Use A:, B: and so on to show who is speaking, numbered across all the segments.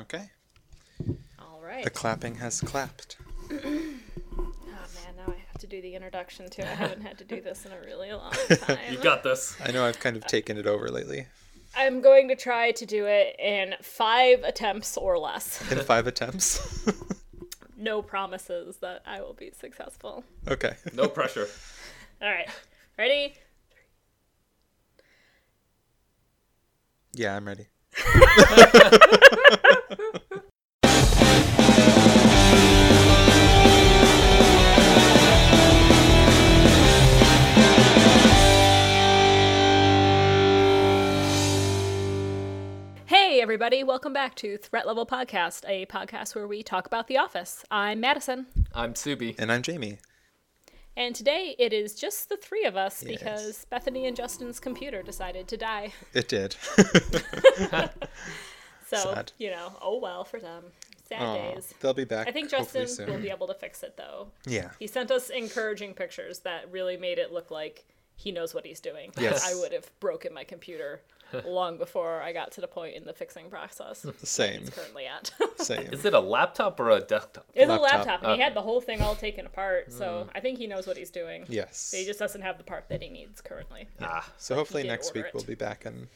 A: Okay.
B: All right.
A: The clapping has clapped.
B: oh man, now I have to do the introduction too. I haven't had to do this in a really long time.
C: You got this.
A: I know I've kind of taken it over lately.
B: I'm going to try to do it in five attempts or less.
A: In five attempts.
B: No promises that I will be successful.
A: okay.
C: No pressure.
B: All right. Ready?
A: Yeah, I'm ready.
B: Hey, everybody. Welcome back to Threat Level Podcast, a podcast where we talk about The Office. I'm Madison.
C: I'm Subi.
A: And I'm Jamie.
B: And today it is just the three of us
A: Yes.
B: because Bethany and Justin's computer decided to die.
A: It did.
B: So,
A: Sad.
B: you know, oh well for them. Sad
A: Aw,
B: days.
A: they'll be back.
B: I think
A: hopefully
B: Justin
A: soon.
B: will be able to fix it though.
A: Yeah.
B: He sent us encouraging pictures that really made it look like he knows what he's doing.
A: Yes.
B: I would have broken my computer long before I got to the point in the fixing process
A: Same.
B: it's currently at.
A: Same.
C: Is it a laptop or a desktop?
B: it's a
A: Laptop. Uh. Mm.
B: laptop, and he had the whole thing all taken apart, so I think he knows what he's doing.
A: Yes.
B: He just doesn't have the part that he needs currently.
C: Ah,
A: So hopefully
B: did
A: next
B: order
A: week
B: it.
A: we'll be back in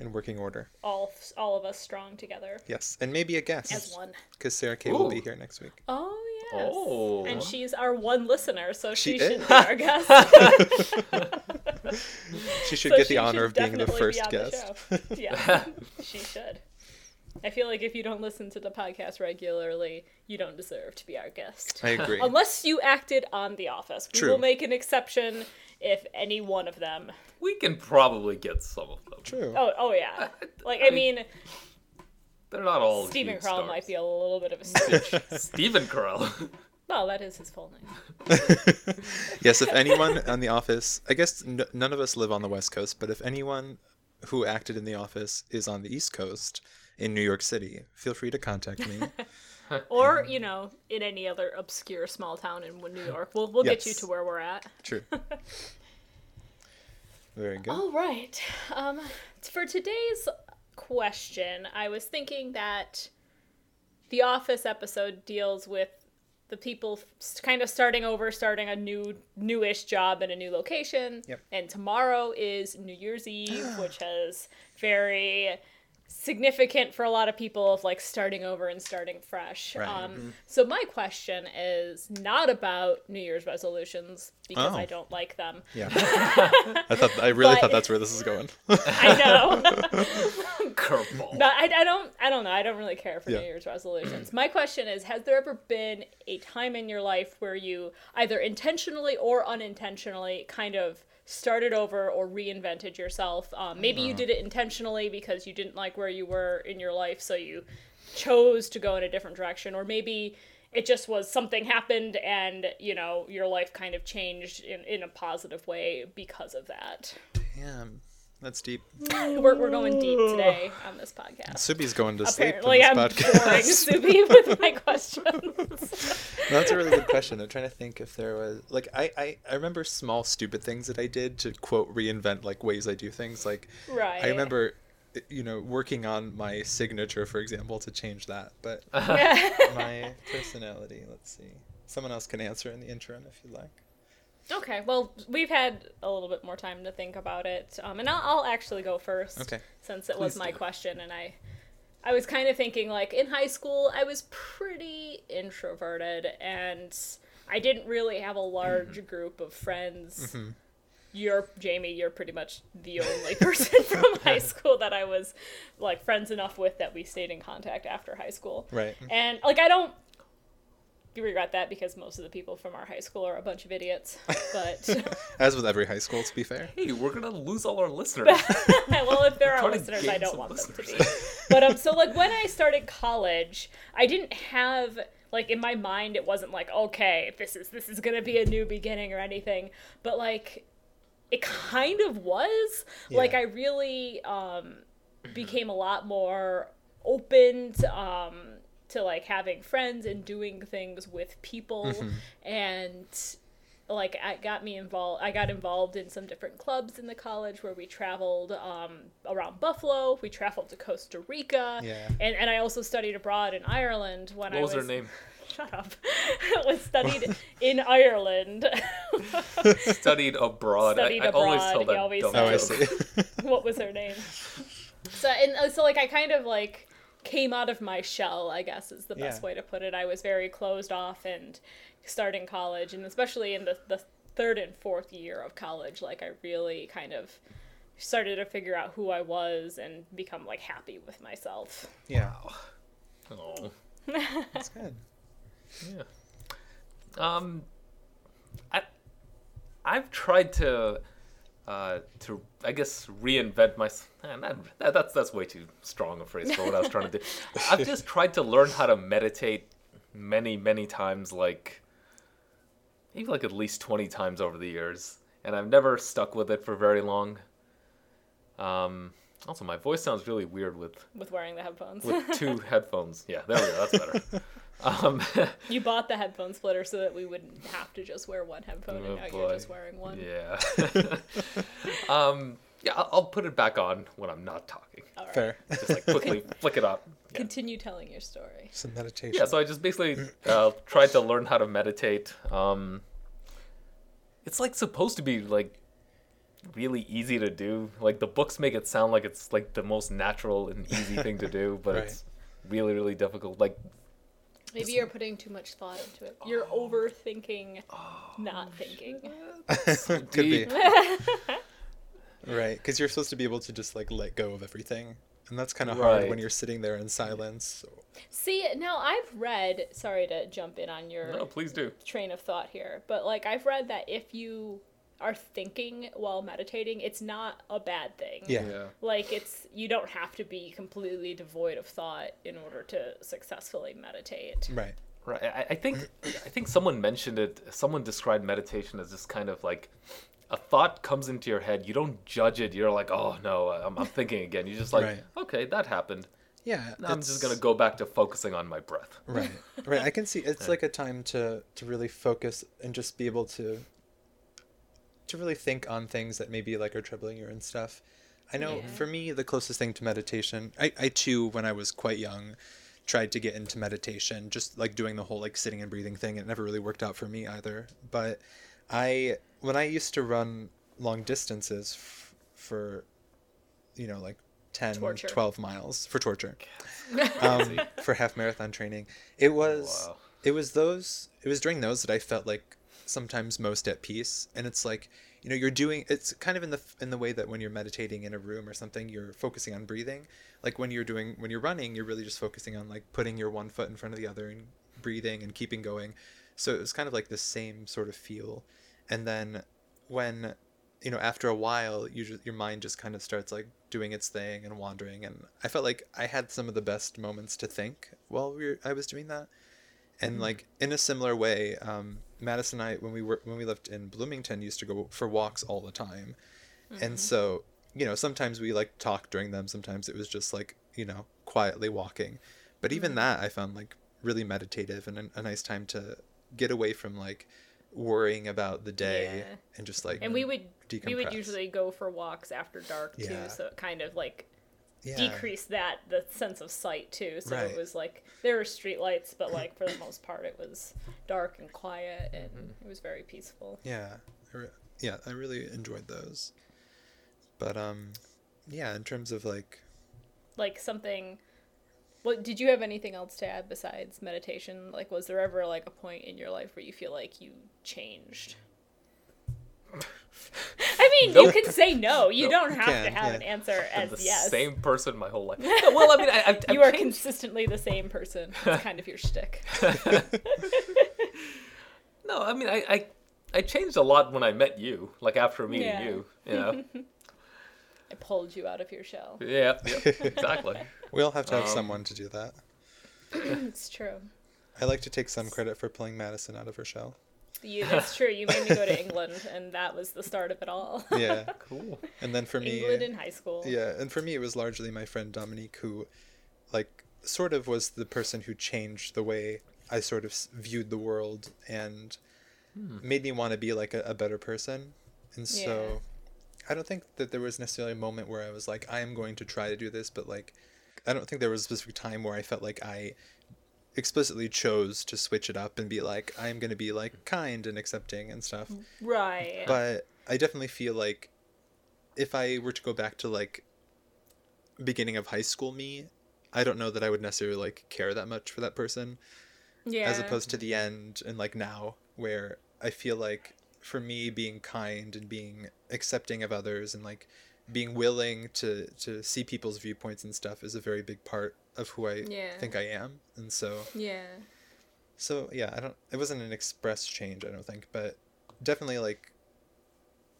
A: in working order.
B: All all of us strong together
A: Yes. And maybe a
B: as
A: guest.
B: one.
A: Because Sarah Kay will be
C: Ooh.
A: here next week.
B: Oh yes.
C: Oh.
B: And she's our one listener, so
A: She
B: she, should
A: is.
B: be our guest.
A: She should
B: So
A: get
B: she
A: the honor
B: should
A: of being the
B: definitely be
A: first
B: on the
A: guest.
B: show. yeah, she should. I feel like if you don't listen to the podcast regularly, you don't deserve to be our guest.
A: I agree.
B: Unless you acted on The Office. We
A: True.
B: will make an exception if any one of them.
C: we can probably get some of them.
A: True.
B: Oh, oh yeah. Like, I mean,
C: They're not all.
B: Stephen
C: huge
B: Crowell
C: stars.
B: might be a little bit of a stretch.
C: Stephen Carell.
B: well, that is his full name.
A: yes, if anyone on The Office, I guess n- none of us live on the West Coast, but if anyone who acted in The Office is on the East Coast in New York City, feel free to contact me.
B: Or, you know, in any other obscure small town in New York. We'll, we'll get you
A: Yes.
B: to where we're at.
A: True. Very good.
B: All right. Um, for today's question, I was thinking that the Office episode deals with the people s- kind of starting over, starting a new, newish job in a new location.
A: Yep.
B: And tomorrow is New Year's Eve, which is very significant for a lot of people of like starting over and starting fresh.
A: Right. Mm-hmm.
B: Um, So my question is not about New Year's resolutions because
A: Oh.
B: I don't like them.
A: Yeah. I thought I really
B: But-
A: thought that's where this is going.
B: I know.
C: Curveball.
B: No, I, I don't. I don't know. I don't really care for
A: Yeah.
B: New Year's resolutions. My question is: Has there ever been a time in your life where you either intentionally or unintentionally kind of started over or reinvented yourself? Um, maybe you did it intentionally because you didn't like where you were in your life, so you chose to go in a different direction, or maybe it just was something happened and you know your life kind of changed in, in a positive way because of that
A: Damn. That's deep.
B: we're, we're going deep today on this podcast
A: Subi's going to sleep
B: Apparently, I'm
A: in this
B: boring
A: podcast.
B: Subi with my questions.
A: No, that's a really good question. I'm trying to think if there was like I, I I remember small stupid things that I did to quote reinvent like ways I do things. Like
B: Right.
A: I remember you know working on my signature for example to change that, but my personality, let's see. Someone else can answer in the interim if you like.
B: okay, well, we've had a little bit more time to think about it, um, and I'll, I'll actually go first.
A: Okay.
B: Since it
A: Please
B: was my
A: do.
B: question, and I, I was kind of thinking like in high school, I was pretty introverted, and I didn't really have a large
A: Mm-hmm.
B: group of friends. You're Jamie. You're pretty much the only person from high school that I was like friends enough with that we stayed in contact after high school.
A: Right.
B: And like I don't regret that because most of the people from our high school are a bunch of idiots. But
A: As with every high school to be fair.
C: Hey, we're gonna lose all our listeners.
B: well, if there are
C: trying to
B: listeners,
C: gain
B: I don't
C: some
B: want them to be. But um, so like when I started college, I didn't have like in my mind it wasn't like okay, this is this is gonna be a new beginning or anything. But like it kind of was. Like
A: Yeah.
B: I really um became a lot more open to, um, to like having friends and doing things with people and like I got me involved. I got involved in some different clubs in the college where we traveled um, around Buffalo. We traveled to Costa Rica,
A: Yeah.
B: and and I also studied abroad in Ireland when I
C: What was
B: was
C: her name?
B: Shut up. was studied in Ireland.
C: Studied abroad.
B: Studied
C: I, I always
B: abroad,
C: tell
B: you
C: that
B: always
C: dumb
A: Oh, I
C: joke.
A: see.
B: what was her name? So and uh, so like I kind of like came out of my shell, I guess is the best
A: Yeah.
B: way to put it. I was very closed off and starting college and especially in the the third and fourth year of college, like I really kind of started to figure out who I was and become like happy with myself.
A: yeah,
C: Oh,
A: that's good.
C: yeah. Um, I, I've tried to, uh, to I guess reinvent my. Man, that, that, that's that's way too strong a phrase for what I was trying to do. I've just tried to learn how to meditate many many times, like maybe like at least twenty times over the years, and I've never stuck with it for very long. Um. Also, my voice sounds really weird with
B: With wearing the headphones.
C: with two headphones. Yeah, there we go. That's better. Um,
B: you bought the headphone splitter so that we wouldn't have to just wear one headphone and
C: Oh,
B: now you're
C: boy.
B: just wearing one.
C: yeah. um, yeah, I'll, I'll put it back on when I'm not talking.
B: All right.
A: Fair.
C: Just like quickly flick it up. Yeah.
B: Continue telling your story.
A: Some meditation.
C: Yeah, so I just basically uh, tried to learn how to meditate. Um, it's like supposed to be like really easy to do. Like the books make it sound like it's like the most natural and easy thing to do, but
A: Right.
C: it's really really difficult. Like
B: Maybe you're putting too much thought into it. You're
A: Oh.
B: overthinking, not thinking.
A: Could be. right, because you're supposed to be able to just like let go of everything, and that's kind of hard when
C: Right.
A: you're sitting there in silence.
B: See, now I've read, sorry to jump in on your
C: no, please do.
B: train of thought here, but like I've read that if you are thinking while meditating, it's not a bad thing.
A: Yeah.
C: Yeah.
B: Like it's you don't have to be completely devoid of thought in order to successfully meditate.
A: Right.
C: Right. I, I think I think someone mentioned it. Someone described meditation as just kind of like a thought comes into your head. You don't judge it. You're like, oh no, I'm, I'm thinking again. You're just like,
A: Right.
C: okay, that happened.
A: Yeah.
C: Now I'm just
A: it's-
C: gonna go back to focusing on my breath.
A: right right i can see it's like a time to to really focus and just be able to to really think on things that maybe like are troubling you and stuff i know
B: Yeah.
A: for me the closest thing to meditation i i too when i was quite young tried to get into meditation just like doing the whole like sitting and breathing thing it never really worked out for me either but i when i used to run long distances f- for you know like 10
B: Torture.
A: 12 miles for torture um, for half marathon training. It was
C: Wow.
A: it was those it was during those that I felt like sometimes most at peace. And it's like you know you're doing it's kind of in the in the way that when you're meditating in a room or something you're focusing on breathing. Like when you're doing when you're running you're really just focusing on like putting your one foot in front of the other and breathing and keeping going. So it was kind of like the same sort of feel. And then when you know after a while you ju- your mind just kind of starts like doing its thing and wandering and i felt like i had some of the best moments to think while we were, i was doing that
B: Mm.
A: and like in a similar way um, madison and i when we were when we lived in bloomington used to go for walks all the time
B: Mm-hmm.
A: and so you know sometimes we like talked during them sometimes it was just like you know quietly walking but even
B: Mm-hmm.
A: that i found like really meditative and a, a nice time to get away from like worrying about the day
B: Yeah.
A: and just like
B: And we would we would
A: Decompress.
B: usually go for walks after dark too,
A: Yeah.
B: so it kind of like
A: yeah.
B: decreased that the sense of sight too. So
A: Right.
B: it was like there were street lights, but like for the most part, it was dark and quiet, and
C: Mm-hmm.
B: it was very peaceful.
A: Yeah, I re- yeah, I really enjoyed those. But um, yeah, in terms of like,
B: Like something. Well, did you have anything else to add besides meditation? Like, was there ever like a point in your life where you feel like you changed? I mean, you can say no. You
C: Nope.
B: don't have to
A: Can,
B: have
A: yeah.
B: an answer
C: I'm
B: as
C: the
B: yes.
C: same person my whole life. No, well, I mean, I, I've, I've
B: you are
C: changed.
B: consistently the same person. It's kind of your shtick.
C: no, I mean, I, I I changed a lot when I met you. Like after meeting
B: Yeah.
C: you, you know.
B: I pulled you out of your shell.
C: yeah, yeah, exactly.
A: we all have to have
C: Um,
A: someone to do that.
B: It's true.
A: I like to take some credit for pulling Madison out of her shell.
B: You, that's true. You made me go to England, and that was the start of it all.
A: Yeah,
C: Cool.
A: and then for me,
B: England in high school.
A: yeah, and for me, it was largely my friend Dominique who, like, sort of was the person who changed the way I sort of s- viewed the world and made me want to be like a, a better person. And so
B: Yeah.
A: I don't think that there was necessarily a moment where I was like, I am going to try to do this, but like, I don't think there was a specific time where I felt like I explicitly chose to switch it up and be like, I am going to be like kind and accepting and stuff.
B: Right.
A: But I definitely feel like if I were to go back to like beginning of high school me, I don't know that I would necessarily like care that much for that person
B: yeah.
A: as opposed to the end and like now where i feel like for me being kind and being accepting of others and like being willing to to see people's viewpoints and stuff is a very big part of who i
B: Yeah.
A: think i am and so
B: Yeah.
A: so yeah i don't it wasn't an express change i don't think but definitely like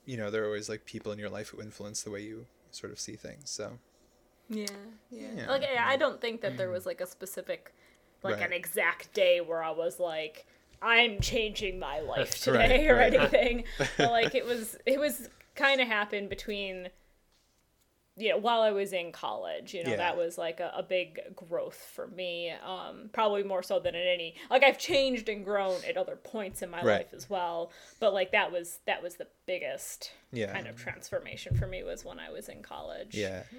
A: you know there are always like people in your life who influence the way you sort of see things so
B: Yeah. Yeah.
A: Yeah.
B: Like I, I don't think that there was like a specific, like
A: Right.
B: an exact day where I was like, I'm changing my life
A: Right,
B: today or
A: right.
B: anything. but like it was, it was kind of happened between. You know, while I was in college, you know,
A: Yeah.
B: that was like a, a big growth for me. Um, probably more so than at any like I've changed and grown at other points in my
A: Right.
B: life as well. But like that was that was the biggest
A: yeah
B: kind of transformation for me was when I was in college.
A: yeah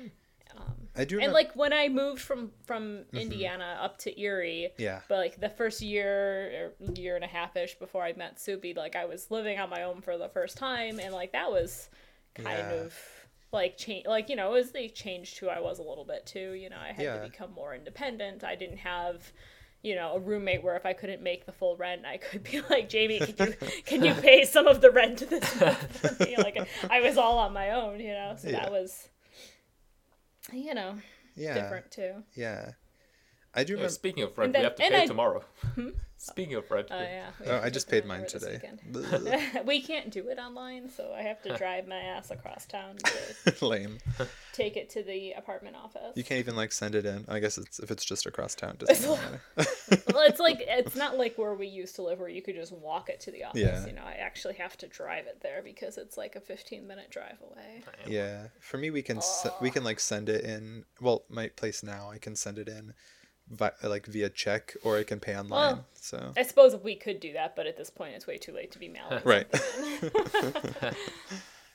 A: i do
B: um, And
A: remember
B: like when I moved from from Indiana up to Erie,
A: yeah
B: but like the first year or year and a half ish before I met Subi, like I was living on my own for the first time, and like that was kind
A: Yeah.
B: of like change, like you know, it was the change to who I was a little bit too. You know, I had
A: Yeah.
B: to become more independent. I didn't have. You know, a roommate where if I couldn't make the full rent, I could be like, Jamie, can you can you pay some of the rent this month for me? Like, I was all on my own, you know. So
A: Yeah.
B: that was, you know,
A: yeah
B: different too.
A: yeah i do
C: Yeah,
A: remember
C: speaking of rent,
B: then-
C: we have to
B: and
C: pay
B: I- Hmm?
C: tomorrow. Speaking of rent,
B: Oh
C: we-
B: yeah. we
A: Oh,
B: have
A: I
B: to
A: just
B: pay
A: paid mine
B: over this
A: today.
B: weekend.
A: Bleh.
B: we can't do it online, so I have to drive my ass across town to
A: Lame.
B: take it to the apartment office.
A: You can't even like send it in. I guess it's if it's just across town. it Doesn't really matter.
B: well, it's like it's not like where we used to live, where you could just walk it to the office.
A: Yeah.
B: You know, I actually have to drive it there because it's like a 15 minute drive away.
A: yeah. For me, we can se- we can like send it in. Well, my place now, I can send it in, vi- like via check, or I can pay online.
B: Well,
A: so
B: I suppose we could do that, but at this point, it's way too late to be mailing.
A: right.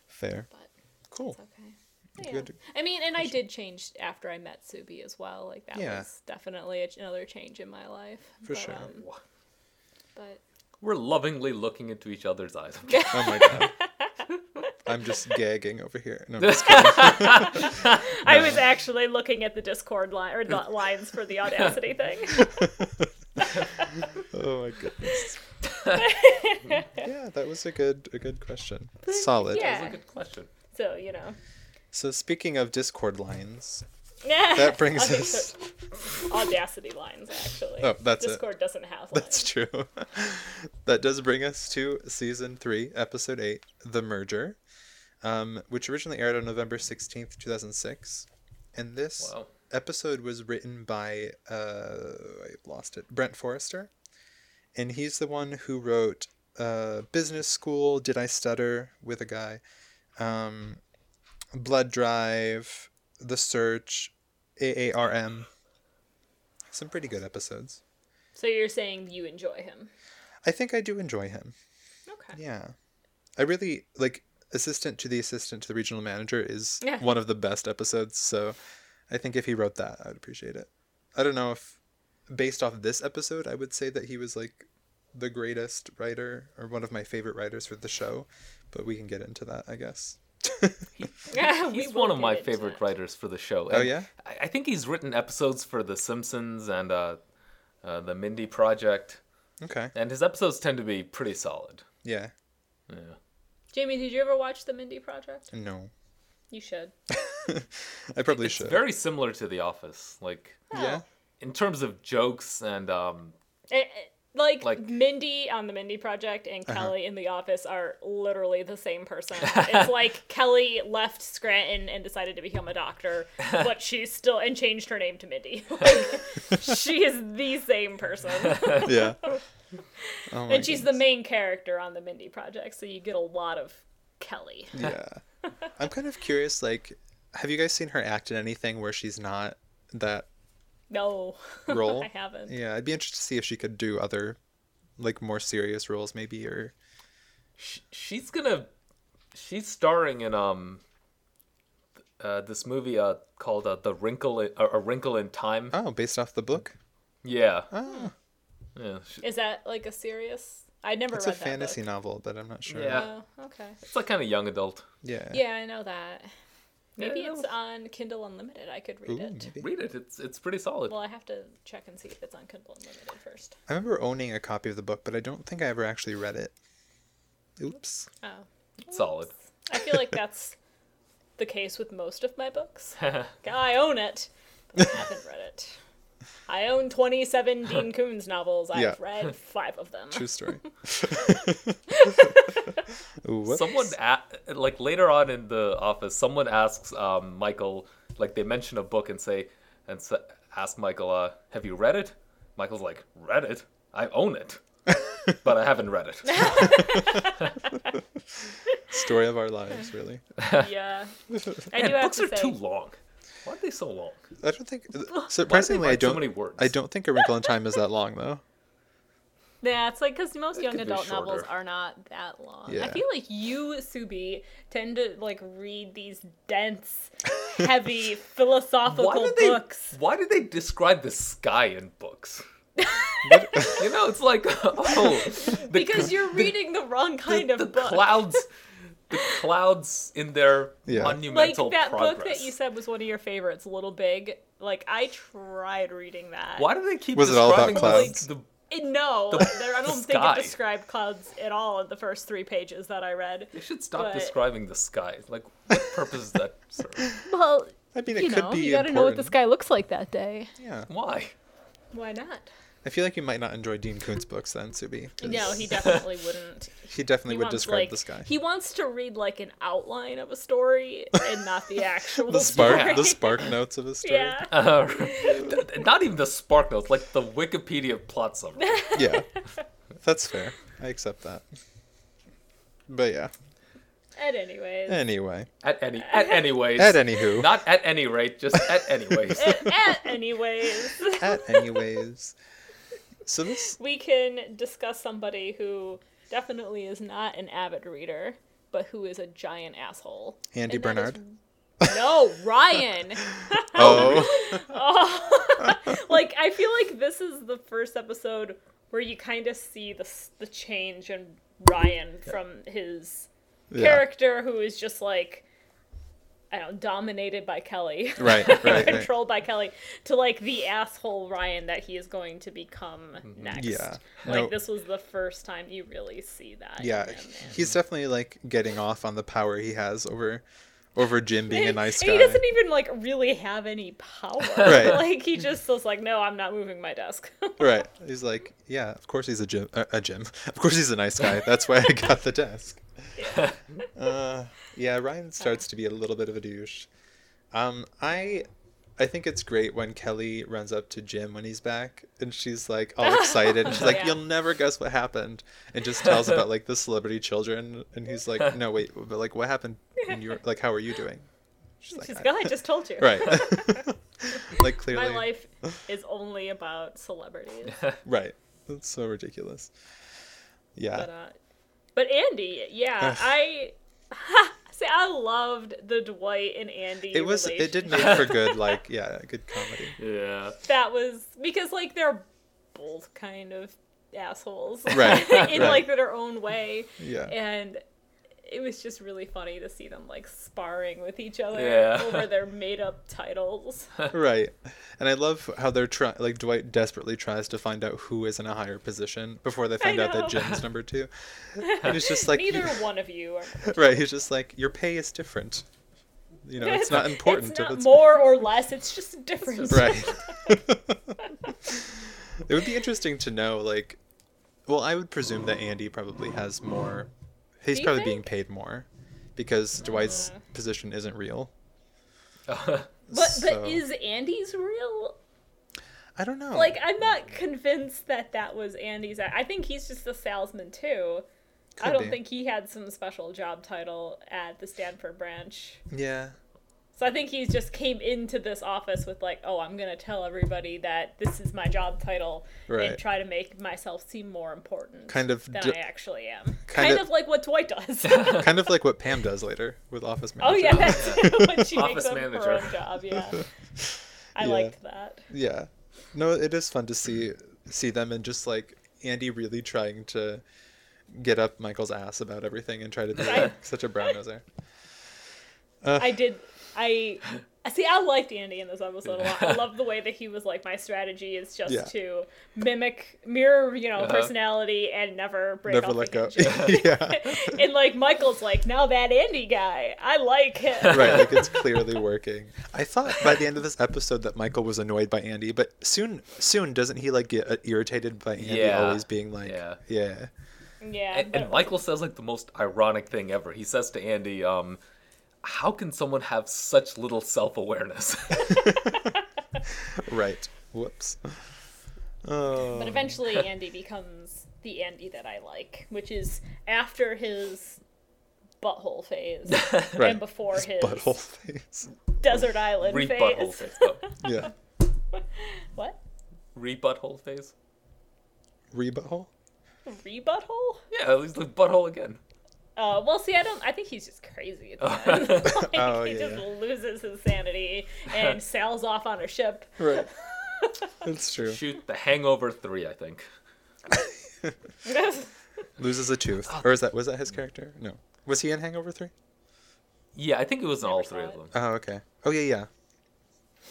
A: Fair.
B: But
A: Cool.
B: it's okay. But yeah.
A: Good.
B: I mean, and I did change after I met Subi as well. Like that
A: Yeah.
B: was definitely a- another change in my life.
A: For
B: But,
A: sure.
B: um, but
C: we're lovingly looking into each other's eyes.
A: Oh my god. I'm just gagging over here. No, I'm just
B: I was actually looking at the Discord line or the lines for the audacity thing.
A: kidding. oh my goodness. yeah, that was a good a good question. Solid.
B: Yeah.
C: That's a good question.
B: So you know.
A: So speaking of Discord lines,
B: Yeah.
A: that brings us.
B: audacity lines actually.
A: Oh, that's it.
B: Discord doesn't have lines.
A: That's true. that does bring us to season three, episode eight, The Merger, um, which originally aired on November 16th, 2006. And this
C: Wow.
A: episode was written by, uh, I lost it, Brent Forrester. And he's the one who wrote uh, Business School, Did I Stutter with a Guy, um, Blood Drive, The Search, AARM. Some pretty good episodes.
B: So you're saying you enjoy him.
A: I think I do enjoy him.
B: Okay.
A: Yeah. I really like assistant to the assistant to the regional manager is
B: Yeah.
A: one of the best episodes, so I think if he wrote that, I would appreciate it. I don't know if based off this episode, I would say that he was like the greatest writer or one of my favorite writers for the show, but we can get into that, I guess.
B: Yeah. we
C: He's
B: will
C: one of
B: get
C: my
B: into
C: favorite
B: that.
C: writers for the show.
A: Oh,
C: and
A: yeah?
C: I, I think he's written episodes for The Simpsons and uh, uh, the Mindy Project,
A: Okay.
C: and his episodes tend to be pretty solid.
A: Yeah.
C: Yeah.
B: Jamie, did you ever watch the Mindy Project?
A: No.
B: You should.
A: I probably
C: It's
A: should.
C: very similar to The Office, like
B: Oh.
A: yeah.
C: in terms of jokes and um,
B: Eh, eh, like,
C: Like-
B: Mindy on the Mindy Project and
A: Uh-huh.
B: Kelly in The Office are literally the same person. it's like Kelly left Scranton and decided to become a doctor, but she's still and changed her name to Mindy. Like, she is the same person,
A: Yeah. Oh my
B: and she's the main character on the Mindy Project, so you get a lot of Kelly.
A: yeah i'm kind of curious like have you guys seen her act in anything where she's not that
B: No,
A: role
B: I haven't.
A: yeah i'd be interested to see if she could do other like more serious roles maybe or
C: Sh- she's gonna she's starring in um uh, this movie uh called uh, the wrinkle in, uh, a wrinkle in time
A: Oh, based off the book.
C: yeah
A: Oh,
C: yeah she,
B: Is that like a serious? I never
A: it's a
B: read that
A: fantasy
B: book.
A: novel, but I'm not sure.
C: Yeah.
B: Oh, okay.
C: it's like kind of young adult
A: Yeah.
B: Yeah, I know that. Maybe
C: Yeah,
B: it's on Kindle Unlimited. I could read
A: Ooh,
B: it.
A: maybe.
C: read it it's it's pretty solid
B: Well, I have to check and see if it's on Kindle Unlimited first.
A: I remember owning a copy of the book, but I don't think I ever actually read it. Oops.
B: Oh.
C: solid
B: I feel like that's the case with most of my books. I own it, but I haven't read it. I own 27 Dean Koontz novels. I've
A: Yeah.
B: read five of them.
A: True story. Ooh, what?
C: Someone a- like later on in the office, someone asks um, Michael, like they mention a book and say, and s ask Michael, uh, "Have you read it?" Michael's like, "Read it? I own it, but I haven't read it."
A: story of our lives, really.
B: Yeah. I do
C: And
B: have
C: books
B: to
C: are
B: say,
C: too long. Why are they so long?
A: I don't think. Surprisingly, I
C: write so
A: don't.
C: many words?
A: I don't think A Wrinkle in Time is that long though.
B: Yeah, it's like because most young
C: could be
B: adult novels
C: shorter.
B: are not that long. I
A: Yeah.
B: feel like you, Subi, tend to like read these dense, heavy
C: Why
B: philosophical
C: do they?
B: books.
C: Why do they describe the sky in books? you know, it's like oh, the,
B: Because you're reading the wrong kind
C: the,
B: of
C: the
B: book.
C: clouds, the clouds in their
A: Yeah. Like
B: like
C: monumental
B: that
C: progress.
B: book that you said was one of your favorites, Little Big. Like I tried reading that.
C: Why do they keep
A: Was it all about
C: describing
A: clouds?
C: The, the,
B: It- no,
C: The-
B: there, I
C: the
B: don't think
C: sky.
B: it described clouds at all in the first three pages that I read.
C: they should stop
B: But-
C: describing the sky. Like, what purpose is that serve?
B: Well,
A: I mean, it could be important.
B: sky looks like that day.
A: Yeah.
C: Why?
B: Why not?
A: I feel like you might not enjoy Dean Koontz books then, Subi. 'cause
B: No, he definitely wouldn't.
A: he definitely
B: He
A: would
B: wants,
A: describe
B: like,
A: the sky.
B: He wants to read like an outline of a story and not the actual
A: the spark,
B: story.
A: the spark notes of his story.
B: yeah.
C: Uh, not even the spark notes, like the Wikipedia plot summary.
A: Yeah. that's fair. I accept that. But yeah.
B: At anyways.
A: Anyway,
C: At any, at anyways,
A: at anywho,
C: not at any rate, just at anyways.
B: at anyways.
A: at anyways. So this,
B: we can discuss somebody who definitely is not an avid reader, but who is a giant asshole.
A: Andy
B: And that is-
A: Bernard.
B: No, Ryan.
A: Oh,
B: Oh. like I feel like this is the first episode where you kind of see the s- the change in Ryan from his
A: yeah.
B: character who is just like I don't know, dominated by Kelly.
A: Right, right, right.
B: controlled by Kelly to like the asshole Ryan that he is going to become next.
A: Mm-hmm. Yeah.
B: Like
A: No.
B: this was the first time you really see that. in
A: Yeah,
B: him, and-
A: he's definitely like getting off on the power he has over over Jim being a nice
B: And
A: guy.
B: he doesn't even like really have any power.
A: Right.
B: Like he just was like, no, I'm not moving my desk.
A: Right. He's like, yeah, of course he's a Jim. Uh, a Jim. Of course he's a nice guy. That's why I got the desk. Uh, yeah, Ryan starts to be a little bit of a douche. Um, I, I think it's great when Kelly runs up to Jim when he's back, and she's like all excited, and she's like,
B: Yeah.
A: "You'll never guess what happened," and just tells about like the celebrity children, and he's like, "No, wait, but like what happened? And you're like, how are you doing?" She's like,
B: She's
A: "I-"
B: like, I just told you.
A: right. like clearly,
B: My life is only about celebrities.
A: right. That's so ridiculous. Yeah.
B: But, uh, but Andy, yeah,
A: Ugh.
B: I see. I loved the Dwight and Andy.
A: it was it did
B: relationship.
A: make for good like yeah good comedy
C: Yeah.
B: That was because like they're both kind of assholes,
A: Right,
B: in
A: right.
B: like their own way,
A: yeah
B: and it was just really funny to see them like sparring with each other
C: Yeah.
B: over their made up titles.
A: right and i love how they're trying like dwight desperately tries to find out who is in a higher position before they find out
B: know.
A: that jim's number two and it's just like
B: Neither
A: you-
B: one of you are.
A: right he's just like your pay is different you know it's not important
B: It's not
A: if it's
B: more or less. It's just different.
A: right it would be interesting to know like well i would presume that andy probably has more he's
B: Do you
A: probably being
B: think? Uh-huh.
A: paid more because dwight's position isn't real
B: But
A: So- Oh.
B: but is Andy's real?
A: I don't know.
B: Like I'm not convinced that that was Andy's. a- I think he's just a salesman too. I
A: Could
B: don't
A: be.
B: think he had some special job title at the Stanford branch.
A: Yeah.
B: So I think he's just came into this office with like, oh, I'm gonna tell everybody that this is my job title
A: Right.
B: and try to make myself seem more important
A: Kind of
B: than
A: d-
B: I actually am. Kind,
A: of-
B: of, like what Dwight does.
A: kind of like what Pam does later with Office Manager.
B: oh yeah, that's what she
C: Office
B: makes up
C: manager.
B: her own job. Yeah, I
A: Yeah.
B: liked that.
A: Yeah. No, it is fun to see see them and just like Andy really trying to get up Michael's ass about everything and try to be like, such a brown noser.
B: I did. I see. I liked Andy in this episode a lot. I love the way that he was like, my strategy is just
A: Yeah.
B: to mimic, mirror, you know,
C: Uh-huh.
B: personality and never break
A: Never
B: off
A: let
B: the
A: go.
B: handshake.
A: yeah.
B: and like Michael's like, now that Andy guy, I like him.
A: Right, like it's clearly working. I thought by the end of this episode that Michael was annoyed by Andy, but soon soon doesn't he like get uh, irritated by Andy
C: Yeah.
A: always being like
C: Yeah.
A: yeah.
B: Yeah,
C: And,
B: but
C: and Michael says like the most ironic thing ever. He says to Andy, um, "How can someone have such little self-awareness?"
A: Right. Whoops. Oh.
B: But eventually, Andy becomes the Andy that I like, which is after his butthole phase
A: Right.
B: and before his,
A: butthole face.
B: desert island
C: Re
B: phase.
C: butthole face. Oh,
A: Yeah.
B: What?
C: re butthole phase.
A: Re butthole?
B: Re butthole?
C: Yeah, at least the butthole again.
B: Uh, well, see, I don't. I think he's just crazy. At the end. like,
A: Oh,
B: he
A: yeah,
B: just
A: yeah.
B: loses his sanity and sails off on a ship.
A: Right. That's true.
C: Shoot, the Hangover Three, I think.
A: loses a tooth,
C: Oh.
A: or is that was that his character? No, was he in Hangover Three?
C: Yeah, I think it was in
B: Never
C: all
B: saw
C: three of
B: it.
C: them.
A: Oh, okay. Oh yeah, yeah.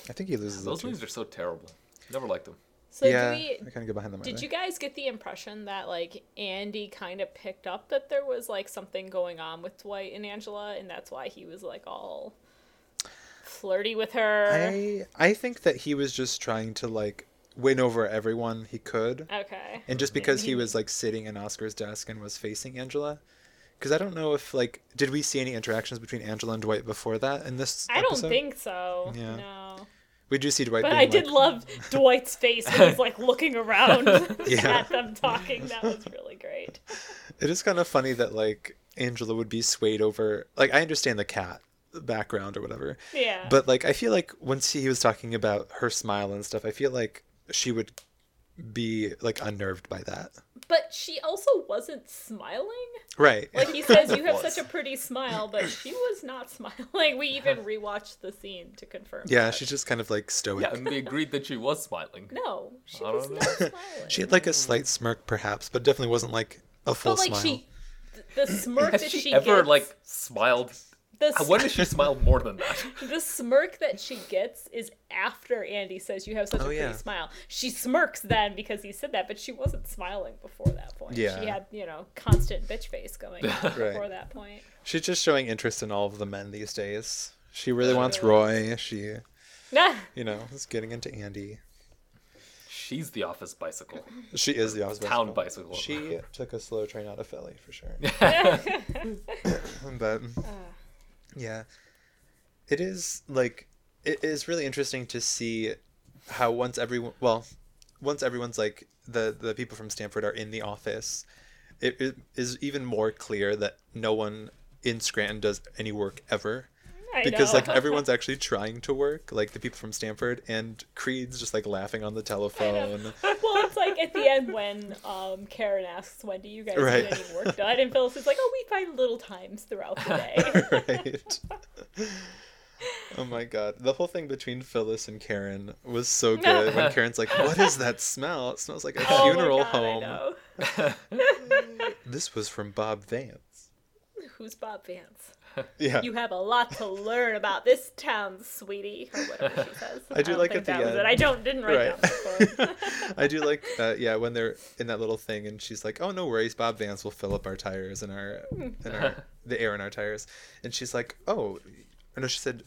A: I think he loses
C: Those
A: a tooth.
C: movies are so terrible. Never liked them.
B: so
A: yeah,
B: do we?
A: I kind of go behind them.
B: Did you guys get the impression that like Andy kind of picked up that there was like something going on with Dwight and Angela, and that's why he was like all flirty with her?
A: I I think that he was just trying to like win over everyone he could,
B: Okay.
A: and just because he was like sitting in Oscar's desk and was facing Angela, because I don't know if like did we see any interactions between Angela and Dwight before that in this?
B: I don't
A: episode?
B: think so.
A: Yeah.
B: No.
A: we do see Dwight.
B: But
A: being
B: I did
A: like-
B: love Dwight's face when he's like looking around
A: Yeah.
B: at them talking. That was really great.
A: It is kind of funny that like Angela would be swayed over. Like I understand the cat background or whatever,
B: Yeah.
A: But like, I feel like once he was talking about her smile and stuff, I feel like she would be like unnerved by that.
B: But she also wasn't smiling.
A: Right.
B: Like he says, you have
C: Was.
B: such a pretty smile, but she was not smiling. We even rewatched the scene to confirm.
A: yeah,
B: that.
A: she's just kind of like stoic.
C: Yeah, and we agreed that she was smiling.
B: No, she
C: I
B: was
C: don't
B: not smiling.
A: She had like a slight smirk, perhaps, but definitely wasn't like a full
B: but like
A: smile.
B: she, th- the smirk
C: Has
B: that
C: she,
B: she
C: ever
B: gets,
C: like smiled?
B: the, s-
C: When does she smile more than that?
B: the smirk that she gets is after Andy says you have such
A: Oh,
B: a pretty
A: yeah.
B: smile. She smirks then because he said that, but she wasn't smiling before that point.
A: Yeah.
B: she had you know constant bitch face going on
A: Right.
B: before that point.
A: She's just showing interest in all of the men these days. She really wants Roy. She, you know, is getting into Andy.
C: She's the office bicycle.
A: She is the office
C: Town bicycle.
A: She took a slow train out of Philly for sure. but
B: Uh.
A: yeah it is like it is really interesting to see how once everyone well once everyone's like the the people from stanford are in the office it, it is even more clear that no one in scranton does any work ever
B: I
A: because
B: know.
A: like everyone's actually trying to work like the people from stanford and creed's just like laughing on the telephone
B: well, it's like at the end when um, Karen asks, "When do you guys
A: Right.
B: get any work done?" and Phyllis is like, "Oh, we find little times throughout the day."
A: right oh my god the whole thing between phyllis and karen was so good when karen's like what is that smell it smells like a
B: Oh my
A: funeral
B: God, I
A: home
B: know.
A: this was from bob vance
B: Who's Bob Vance?
A: yeah
B: You have a lot to learn about this town, sweetie, or whatever she says. I
A: do
B: don't
A: like
B: think
A: at the
B: that was
A: end-
B: it. I don't didn't write
A: Right.
B: down that part.
A: i do like uh, yeah when they're in that little thing and she's like oh no worries bob vance will fill up our tires and our and our the air in our tires and she's like oh no she said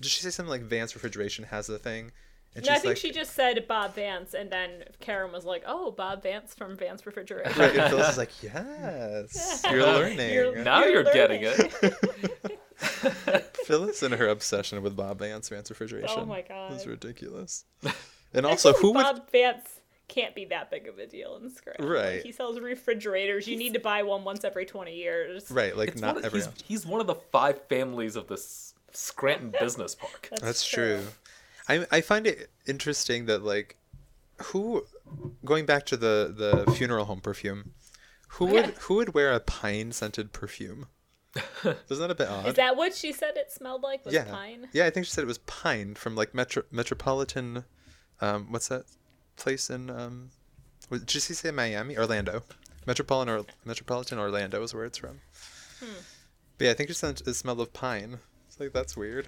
A: did she say something like vance refrigeration has the thing and
B: No, I
A: she's
B: think she just said Bob Vance, and then Karen was like, "Oh, Bob Vance from Vance Refrigeration."
A: right and phyllis is like yes you're learning
B: You're-
C: now you're,
B: You're
C: getting
B: learning.
C: it.
A: Phyllis and her obsession with Bob Vance Vance refrigeration.
B: Oh my
A: It's
B: God.
A: ridiculous. And also, who would?
B: Bob Vance can't be that big of a deal in Scranton. Like,
A: Right.
B: he sells refrigerators. You need to buy one once every twenty years.
A: Right, like
C: It's
A: not
C: one of-
A: every.
C: he's, he's one of the five families of this Scranton Business Park.
A: That's, true. I I find it interesting that like who going back to the the funeral home perfume, who would
B: Yeah.
A: who would wear a pine scented perfume? Isn't that a bit odd?
B: Is that what she said it smelled like? Was
A: yeah.
B: pine?
A: Yeah, I think she said it was pine from like metro metropolitan um what's that place in um was, did she say Miami? Orlando. Metropolitan or metropolitan Orlando is where it's from.
B: Hmm.
A: But yeah, I think she said the smell of pine. It's like that's weird.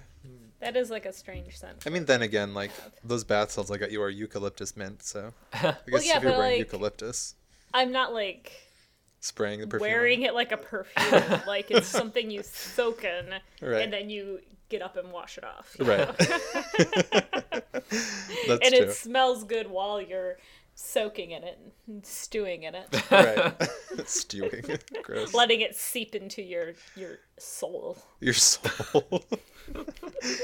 B: That is like a strange scent.
A: I mean, then again, like those bath salts I got you are eucalyptus mint, so I guess
B: yeah,
A: if you're
B: but,
A: wearing
B: like,
A: eucalyptus,
B: I'm not like
A: spraying the perfume, on
B: wearing it like a perfume. like it's something you soak in
A: Right.
B: and then you get up and wash it off.
A: it. right? That's
B: and
A: true.
B: it smells good while you're soaking in it and stewing in it.
A: Right, stewing, gross.
B: letting it seep into your your soul.
A: Your soul.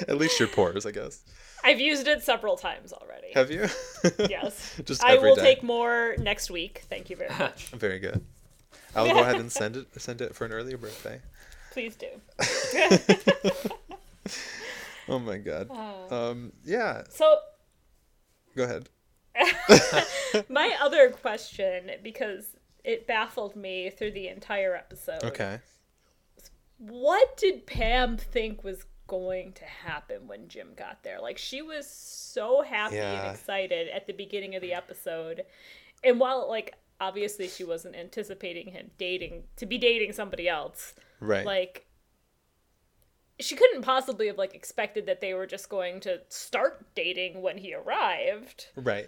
A: At least your pores, I guess.
B: I've used it several times already.
A: Have you?
B: yes.
A: Just
B: I
A: every
B: will
A: day.
B: take more next week. Thank you very much.
A: Very good. I'll go ahead and send it send it for an earlier birthday.
B: Please do.
A: Oh my god.
B: Oh.
A: Um. Yeah.
B: So
A: Go ahead.
B: my other question, because it baffled me through the entire episode.
A: Okay.
B: What did Pam think was going to happen when Jim got there? Like she was so happy
A: Yeah.
B: and excited at the beginning of the episode. And while like obviously she wasn't anticipating him dating to be dating somebody else,
A: Right.
B: like she couldn't possibly have like expected that they were just going to start dating when he arrived
A: right.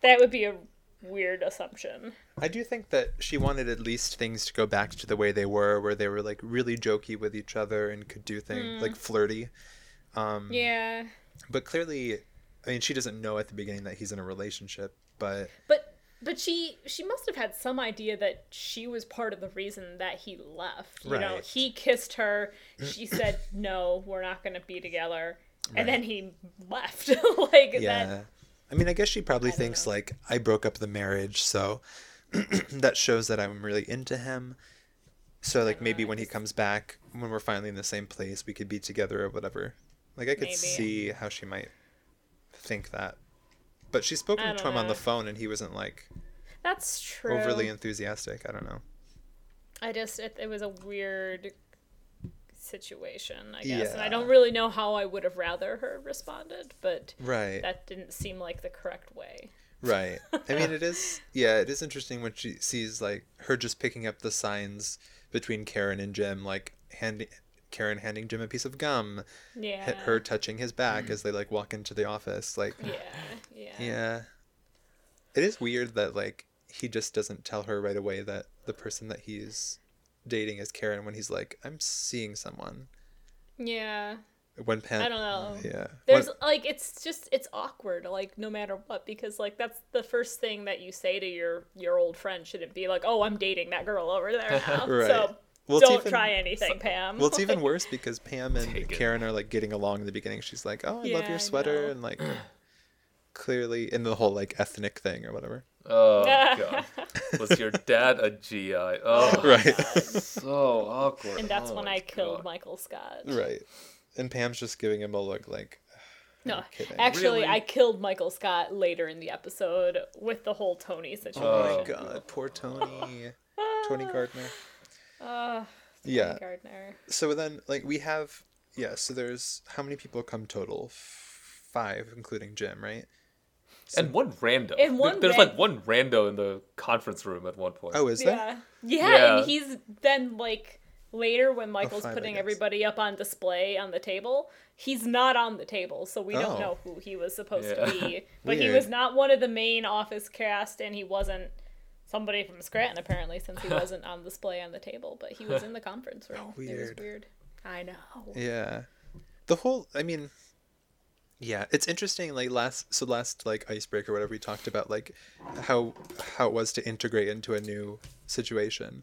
B: that would be a weird assumption
A: I do think that she wanted at least things to go back to the way they were, where they were like really jokey with each other and could do things
B: Mm.
A: like flirty. Mm.
B: yeah
A: But clearly, I mean, she doesn't know at the beginning that he's in a relationship. But
B: but but she she must have had some idea that she was part of the reason that he left you know
A: Right.
B: he kissed her she said no we're not going to be together and then he left like
A: yeah,
B: that
A: I mean, I guess she probably thinks like I broke up the marriage, so that shows that I'm really into him. So like maybe when he comes back, when we're finally in the same place, we could be together or whatever. Like I could
B: Maybe.
A: see how she might think that. But she spoke
B: I
A: to
B: don't
A: him on the
B: know.
A: phone, and he wasn't like
B: that's true
A: overly enthusiastic. I don't know.
B: I just it, it was a weird situation, I guess, and I
A: Yeah.
B: don't really know how I would have rather her responded, but
A: Right.
B: that didn't seem like the correct way.
A: Right. I mean, it is. Yeah, it is interesting when she sees like her just picking up the signs between Karen and Jim, like handing Karen handing Jim a piece of gum,
B: Yeah.
A: hit her touching his back as they like walk into the office. Like,
B: Yeah, yeah.
A: yeah, it is weird that like he just doesn't tell her right away that the person that he's dating is Karen when he's like, I'm seeing someone.
B: Yeah.
A: When Pam,
B: I don't know.
A: Yeah.
B: There's
A: When-
B: like it's just it's awkward like no matter what because like that's the first thing that you say to your your old friend shouldn't be like, "Oh, I'm dating that girl over there now."
A: Right.
B: So
A: Well, it's
B: don't
A: even-
B: try anything, Pam.
A: Well, it's even worse because Pam and
C: Take it.
A: Karen are like getting along in the beginning. She's like, "Oh, I love
B: Yeah, I
A: your sweater,"
B: know.
A: and like clearly in the whole like ethnic thing or whatever.
C: Oh god. Was your dad a GI? Oh,
A: Right,
C: so awkward.
B: and that's
C: Oh,
B: when
C: my
B: I killed
C: God.
B: Michael Scott.
A: right. And Pam's just giving him a look like,
B: No,
A: kidding.
B: actually,
C: Really?
B: I killed Michael Scott later in the episode with the whole Tony situation.
A: "Oh
C: Oh.
A: my god, poor Tony, Tony Gardner."
B: Ah,
A: Yeah.
B: Gardner.
A: So then, like, we have yeah. So there's how many people come total? Five, including Jim, right?
C: And one
B: And
C: rando. There-
B: one
C: There's
B: ran-
C: like one rando in the conference room at one point.
A: Oh, is there?
B: Yeah. yeah,
C: Yeah.
B: and he's then like later when Michael's
A: fine, I
B: putting
A: guess.
B: everybody up on display on the table, he's not on the table, so we
A: Oh.
B: don't know who he was supposed
C: Yeah.
B: to be. But he
A: Weird.
B: was not one of the main office cast, and he wasn't. Somebody from Scranton, apparently, since he wasn't on display on the table, but he was in the conference room. It was
A: Weird.
B: weird. I know.
A: Yeah. The whole I mean yeah, it's interesting like last so last like icebreaker whatever we talked about like how how it was to integrate into a new situation.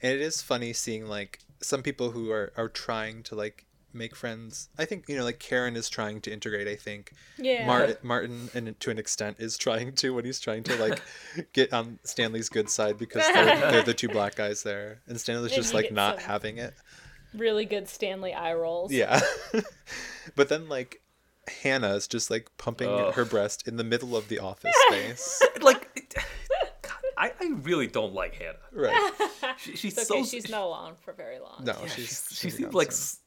A: And it is funny seeing like some people who are are trying to like make friends. I think you know like Karen is trying to integrate, I think.
B: Yeah.
A: Martin, Martin, and to an extent, is trying to when he's trying to like get on Stanley's good side because they're, they're the two black guys there, and Stanley's
B: And
A: just
B: he
A: like
B: gets
A: not
B: some-
A: having it.
B: Really good Stanley eye rolls.
A: Yeah. but then like Hannah's just like pumping
C: Ugh.
A: her breast in the middle of the office space.
C: like, God, I, I really don't like Hannah.
A: Right.
C: She, she's
B: It's okay,
C: so
B: she's not alone for very long.
A: No,
C: yeah,
A: she's,
C: she's- she
A: she's
C: seems
A: gone
C: like
A: soon.
C: s-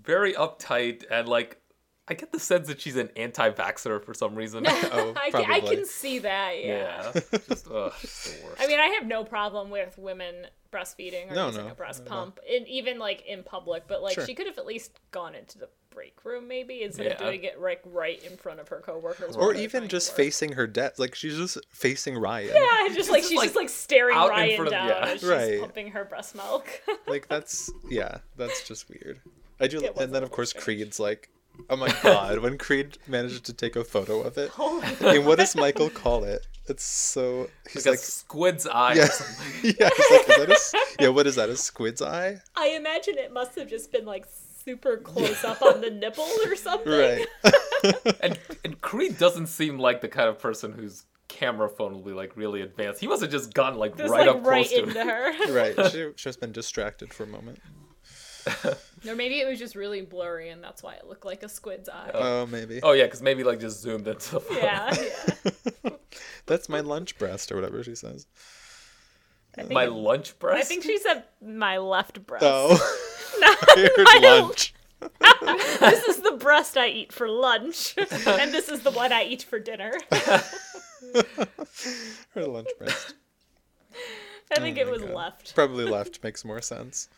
C: very uptight and like I get the sense that she's an anti-vaxxer for some reason.
A: Oh,
B: I, can, I
A: probably.
B: can see that, yeah.
C: yeah, just, ugh, she's the worst.
B: I mean, I have no problem with women breastfeeding or
A: No,
B: using
A: no,
B: a breast pump, and even like in public. But like,
A: Sure.
B: she could have at least gone into the break room maybe instead of
C: Yeah.
B: doing it like right in front of her coworkers. while
A: or
B: they're
A: even
B: trying
A: just
B: to work.
A: facing her death. Like she's just facing Ryan.
B: Yeah, just like
C: just,
B: she's
C: like,
B: just like staring
C: out in
B: Ryan
C: front of-
B: down
C: yeah.
B: as she's
A: Right.
B: pumping her breast milk.
A: Like that's yeah, that's just weird. I do,
B: It was
A: and then
B: a
A: of course
B: little
A: Creed's like, oh my god, when Creed manages to take a photo of it,
B: oh my god!
A: and what does Michael call it? It's so he's
C: like,
A: like,
C: a squid's eye.
A: yeah,
C: Or something.
A: yeah, he's like, is that a s- yeah, what is that? A squid's eye?
B: I imagine it must have just been like super close up on the nipple or something.
A: Right.
C: And and Creed doesn't seem like the kind of person whose camera phone will be like really advanced. He must have just gone like
B: Just
C: right
B: like
C: up
B: right
C: close to
B: into
C: him.
B: her.
A: right. She, she's been distracted for a moment.
B: or maybe it was just really blurry and that's why it looked like a squid's eye.
A: Oh, maybe.
C: Oh yeah, because maybe like just zoomed into the phone.
B: Yeah, yeah.
A: That's my lunch breast or whatever she says.
C: My lunch breast.
B: I think she said my left breast.
A: Oh,
B: No,
A: weird lunch.
B: this is the breast I eat for lunch, and this is the one I eat for dinner.
A: Her lunch breast.
B: I think
A: Oh
B: it
A: my
B: was
A: God.
B: left.
A: Probably left makes more sense.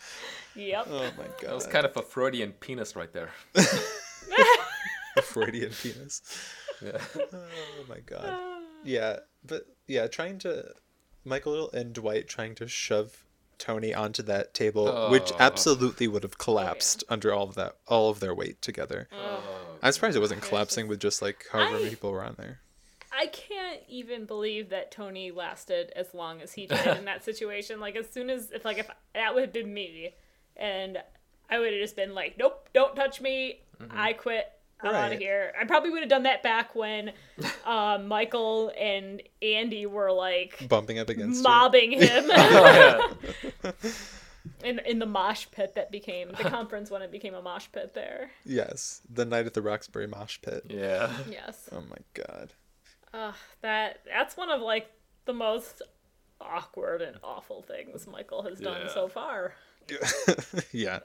B: Yep.
A: Oh my god.
C: that was kind of a Freudian penis right there.
A: Oh. a Freudian penis.
C: Yeah.
A: Oh my god. Yeah, but yeah, trying to Michael and Dwight trying to shove Tony onto that table, which
C: Oh.
A: absolutely would have collapsed under all of that, all of their weight together. I'm surprised it wasn't collapsing with just like however many
B: I-
A: people were on there.
B: I can't even believe that Tony lasted as long as he did in that situation. Like as soon as if like if that would have been me, and I would have just been like, nope, don't touch me. I quit. I'm out
A: Mm-hmm. Right.
B: of here. I probably would have done that back when um, Michael and Andy were like
A: Bumping up against you.
B: mobbing him
C: Oh, Yeah.
B: in in the mosh pit that became the conference when it became a mosh pit there.
A: Yes, the night at the Roxbury mosh pit.
C: yeah.
B: Yes.
A: Oh my god.
B: Ugh, that that's one of like the most awkward and awful things Michael has done
C: Yeah.
B: so far.
A: yeah,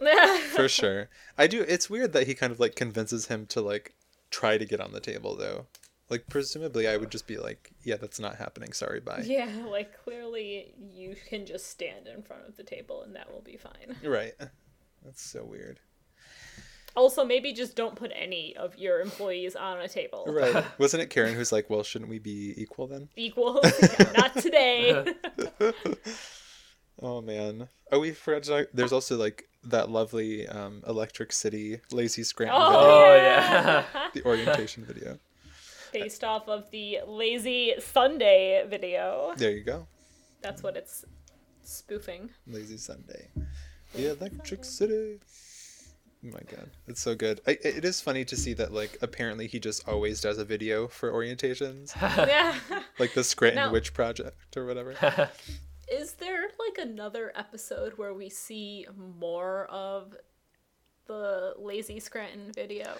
A: for sure. I do. It's weird that he kind of like convinces him to like try to get on the table though. Like presumably, I would just be like, "Yeah, that's not happening. Sorry, bye."
B: yeah, like clearly you can just stand in front of the table and that will be fine.
A: Right. That's so weird.
B: Also, maybe just don't put any of your employees on a table.
A: Right. Wasn't it Karen who's like, well, shouldn't we be equal then?
B: Equal, Yeah, not today.
A: Oh, man. Oh, we forgot to talk. There's also like that lovely um, Electric City Lazy Scranton video,
B: Oh,
C: Oh
B: yeah.
C: yeah.
A: the orientation video.
B: Based off of the Lazy Sunday video.
A: There you go.
B: That's what it's spoofing.
A: Lazy Sunday. The Electric City. Oh my god, it's so good. I, it is funny to see that, like, apparently he just always does a video for orientations,
B: yeah.
A: like the Scranton
B: No.
A: Witch Project or whatever.
B: Is there like another episode where we see more of the Lazy Scranton video?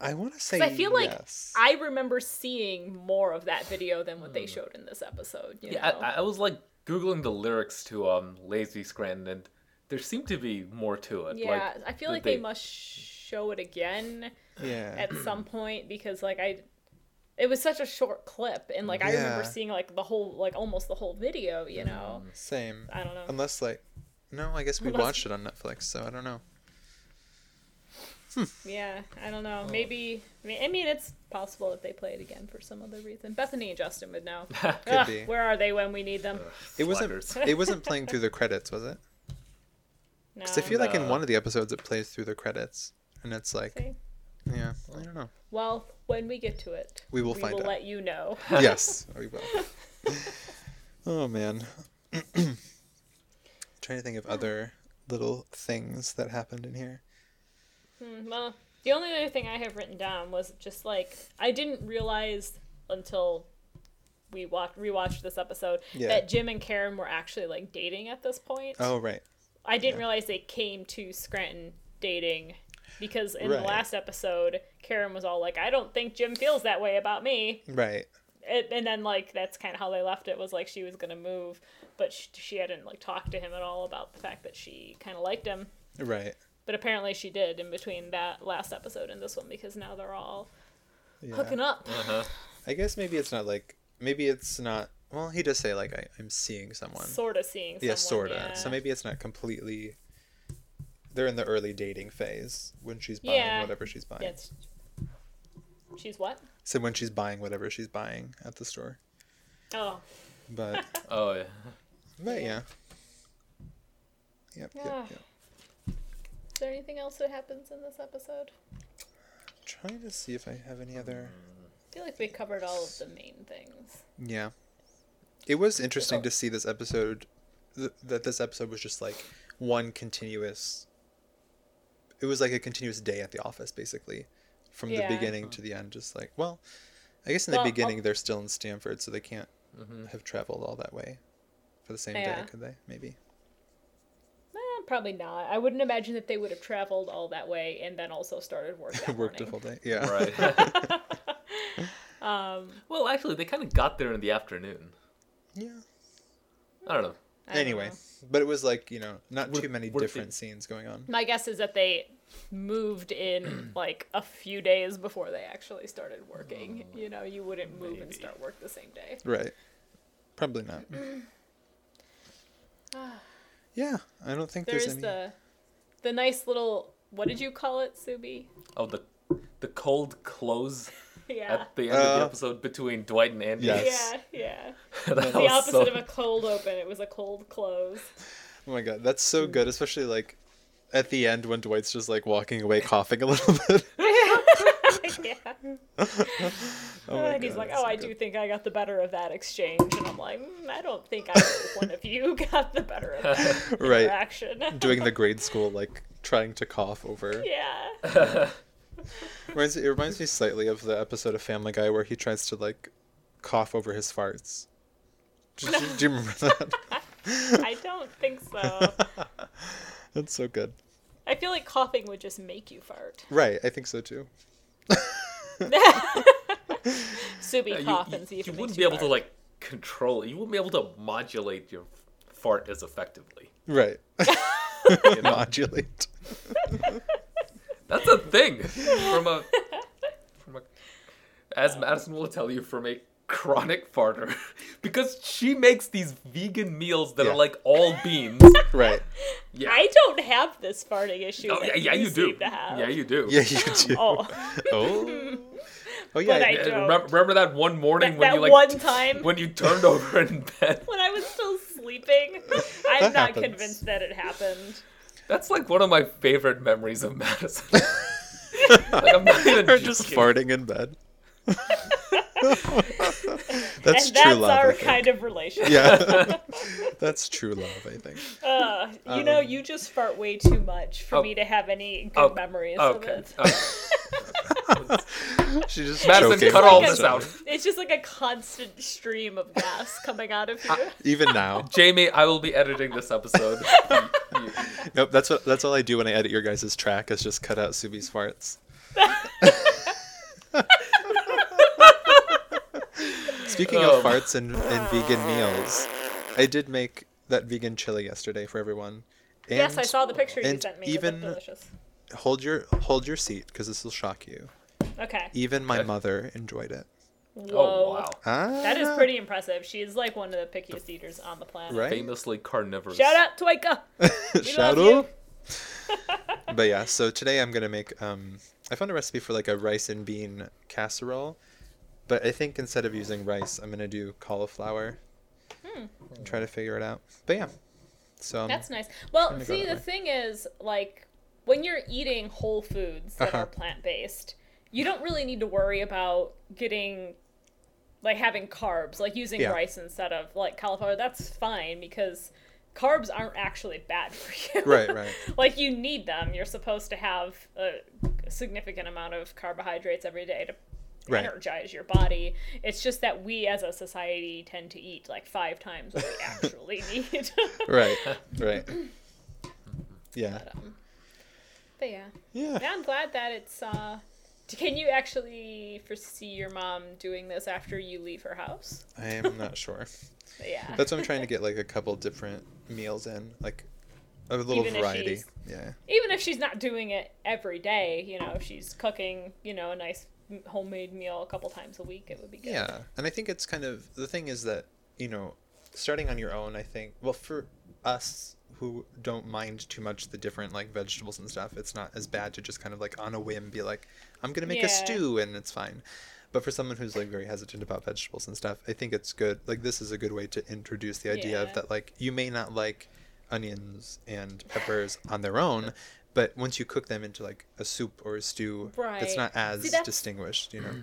A: I want to say
B: I feel like
A: yes.
B: I remember seeing more of that video than what they showed in this episode. You
C: Hmm. Yeah,
B: know?
C: I, I was like googling the lyrics to um Lazy Scranton, and there seemed to be more to it.
B: yeah,
C: like,
B: I feel
C: that
B: like they...
C: they-
B: must show it again
A: yeah.
B: at some point because like I it was such a short clip and like I
A: Yeah.
B: remember seeing like the whole like almost the whole video, you know.
A: Same.
B: I don't know.
A: Unless like, no, I guess we
B: Unless-
A: watched it on Netflix, so I don't know.
B: Yeah, I don't
A: oh.
B: know. Maybe I mean, I mean it's possible that they play it again for some other reason. Bethany and Justin would know. Ugh,
A: be. Uh,
B: Where are they when we need them?
A: It wasn't.
C: Slackers.
A: It wasn't playing through the credits, was it?
B: No.
A: Because I feel like in
B: Uh,
C: No.
A: one of the episodes it plays through the credits, and it's like,
B: See?
A: yeah, I don't know.
B: Well, when we get to it,
A: We will find out.
B: let you know.
A: yes, we will. Oh man. trying to think of other little things that happened in here.
B: Mm, well, the only other thing I have written down was just like I didn't realize until we watched rewatched this episode
A: Yeah.
B: that Jim and Karen were actually like dating at this point.
A: Oh right.
B: I didn't realize they came to Scranton dating because in
A: Right.
B: the last episode, Karen was all like, "I don't think Jim feels that way about me,"
A: Right.
B: it, and then like that's kind of how they left it was like she was gonna move, but she, she hadn't like talked to him at all about the fact that she kind of liked him.
A: Right.
B: But apparently she did in between that last episode and this one because now they're all
A: Yeah.
B: hooking up.
C: Uh-huh.
A: I guess maybe it's not like maybe it's not. Well, he does say like I, I'm seeing someone.
B: Sort of seeing someone.
A: yeah, sorta.
B: Yeah.
A: So maybe it's not completely. They're in the early dating phase when she's buying
B: Yeah.
A: whatever she's buying.
B: Yeah, it's- She's what?
A: So when she's buying whatever she's buying at the store,
B: Oh.
A: but
C: Oh yeah.
A: but yeah. Yep,
B: Yeah.
A: yep, yep.
B: Is there anything else that happens in this episode?
A: Trying to see if I have any other.
B: I feel like we covered all of the main things.
A: Yeah. It was interesting to see this episode, th- that this episode was just like one continuous. It was like a continuous day at the office, basically, from
B: Yeah.
A: the beginning to the end. Just like, well, I guess in the
B: Well, I'll-
A: beginning they're still in Stanford, so they can't have traveled all that way for the same
B: Yeah.
A: day, could they? Maybe.
B: Eh, probably not. I wouldn't imagine that they would have traveled all that way and then also started work. That
A: Worked a
B: morning.
A: full day. Yeah.
C: Right.
B: Um,
C: well, actually, they kind of got there in the afternoon.
A: Yeah.
C: I don't know.
B: I don't
A: anyway,
B: know.
A: but it was like you know not
C: We're-
A: too many
C: we're
A: different scenes going on.
B: my guess is that they moved in like a few days before they actually started working. You know, you wouldn't move and
C: Maybe.
B: start work the same day.
A: Right. Probably not. yeah, I don't think
B: There's
A: there's any.
B: the the nice little what did you call it, Subi?
C: Oh, the the cold close
B: Yeah.
C: at the end of the
A: Uh,
C: episode between Dwight and Andy.
A: Yeah.
B: Yeah,
A: Yes.
B: yeah.
C: That
B: The
C: was
B: opposite
C: so-
B: of a cold open. It was a cold close.
A: Oh my god, that's so
B: Hmm.
A: good, especially like at the end when Dwight's just like walking away coughing a little bit.
B: yeah.
A: Oh my
B: and he's
A: God,
B: like,
A: that's
B: "Oh,
A: so
B: I
A: good.
B: do think I got the better of that exchange," and I'm like, mm, "I don't think either one of you got the better of that
A: Right.
B: interaction."
A: Doing the grade school like trying to cough over.
B: yeah.
A: Reminds, it reminds me slightly of the episode of Family Guy where he tries to like cough over his farts. Do, do, do you remember that?
B: I don't think so.
A: That's so good.
B: I feel like coughing would just make you fart.
A: Right, I think so too.
C: Yeah,
B: Subi
C: you-
B: cough
C: you,
B: and see if
C: you
B: it
C: wouldn't
B: makes
C: be
B: you
C: able to
B: fart.
C: like control. You wouldn't be able to modulate your fart as effectively.
A: Right.
C: you know?
A: Modulate.
C: That's a thing from a from a as Madison will tell you from a chronic farter because she makes these vegan meals that
A: Yeah.
C: are like all beans. Oh,
A: Right.
C: Yeah.
B: I don't have this farting issue.
C: Oh, yeah,
B: that
C: yeah, you do.
B: seem to have.
C: Yeah, you do.
A: Yeah, you do.
B: Oh,
A: Oh. Oh yeah.
B: But I
A: yeah.
B: do.
C: Remember, remember that one morning
B: that,
C: when
B: that
C: you like
B: one time
C: when you turned over in bed.
B: when I was still sleeping, I'm
A: That
B: not
A: happens.
B: convinced that it happened.
C: That's like one of my favorite memories of Madison. like, I'm not even
A: Or just
C: joking.
A: farting in bed. that's true
B: and that's
A: love. I
B: our
A: think.
B: kind of relationship.
A: yeah. that's true love, I think.
B: Uh, you know, you just fart way too much for
C: Oh.
B: me to have any good
C: Oh,
B: memories of
C: Okay.
B: it.
C: okay.
A: She just
C: Madison,
A: joking
C: cut all
A: about
C: this
A: it.
C: out.
B: It's just like a constant stream of gas coming out of you.
A: Even now.
C: Jamie, I will be editing this episode. You- you-
A: Nope, that's what that's all I do when I edit your guys' track is just cut out Subi's farts. Speaking
C: Um.
A: of farts and, and vegan meals, I did make that vegan chili yesterday for everyone. And
B: yes, I saw the picture you
A: and
B: sent me. It looked
A: even-
B: delicious.
A: hold your hold your seat because this will shock you.
B: Okay.
A: Even my
C: Okay.
A: mother enjoyed it.
B: Whoa.
C: Oh wow!
B: That is
A: Ah.
B: pretty impressive. She is like one of the pickiest eaters on the planet.
A: Right?
C: Famously carnivorous.
B: Shout out to Waika.
A: Shout
B: love you.
A: out. but yeah, so today I'm gonna make. Um, I found a recipe for like a rice and bean casserole, but I think instead of using rice, I'm gonna do cauliflower. and Try to figure it out. But yeah, so um,
B: Hmm. That's nice. Well,
A: go
B: see,
A: that
B: the
A: way.
B: thing is, like, when you're eating whole foods that
A: Uh-huh.
B: are plant based, you don't really need to worry about getting, like, having carbs, like using
A: Yeah.
B: rice instead of, like, cauliflower. That's fine because carbs aren't actually bad for you.
A: right, right,
B: like, you need them. You're supposed to have a significant amount of carbohydrates every day to
A: right.
B: energize your body. It's just that we as a society tend to eat like five times what we actually need.
A: Right, right. Yeah.
B: But, um, but yeah.
A: Yeah.
B: Yeah, I'm glad that it's. Uh, can you actually foresee your mom doing this after you leave her house?
A: I am not sure.
B: But yeah.
A: That's what I'm trying to get like a couple different meals in, like a little
B: Even if
A: variety.
B: she's-
A: Yeah.
B: Even if she's not doing it every day, you know, if she's cooking, you know, a nice m- homemade meal a couple times a week, it would be good.
A: Yeah. And I think it's kind of the thing is that, you know, starting on your own, I think, well, for us who don't mind too much the different like vegetables and stuff, it's not as bad to just kind of like on a whim be like, I'm going to make
B: Yeah.
A: a stew and it's fine. But for someone who's like very hesitant about vegetables and stuff, I think it's good. Like, this is a good way to introduce the idea
B: Yeah.
A: of that, like, you may not like onions and peppers on their own. But once you cook them into like a soup or a stew,
B: Right.
A: it's not
B: See,
A: as
B: that's-
A: distinguished, you know.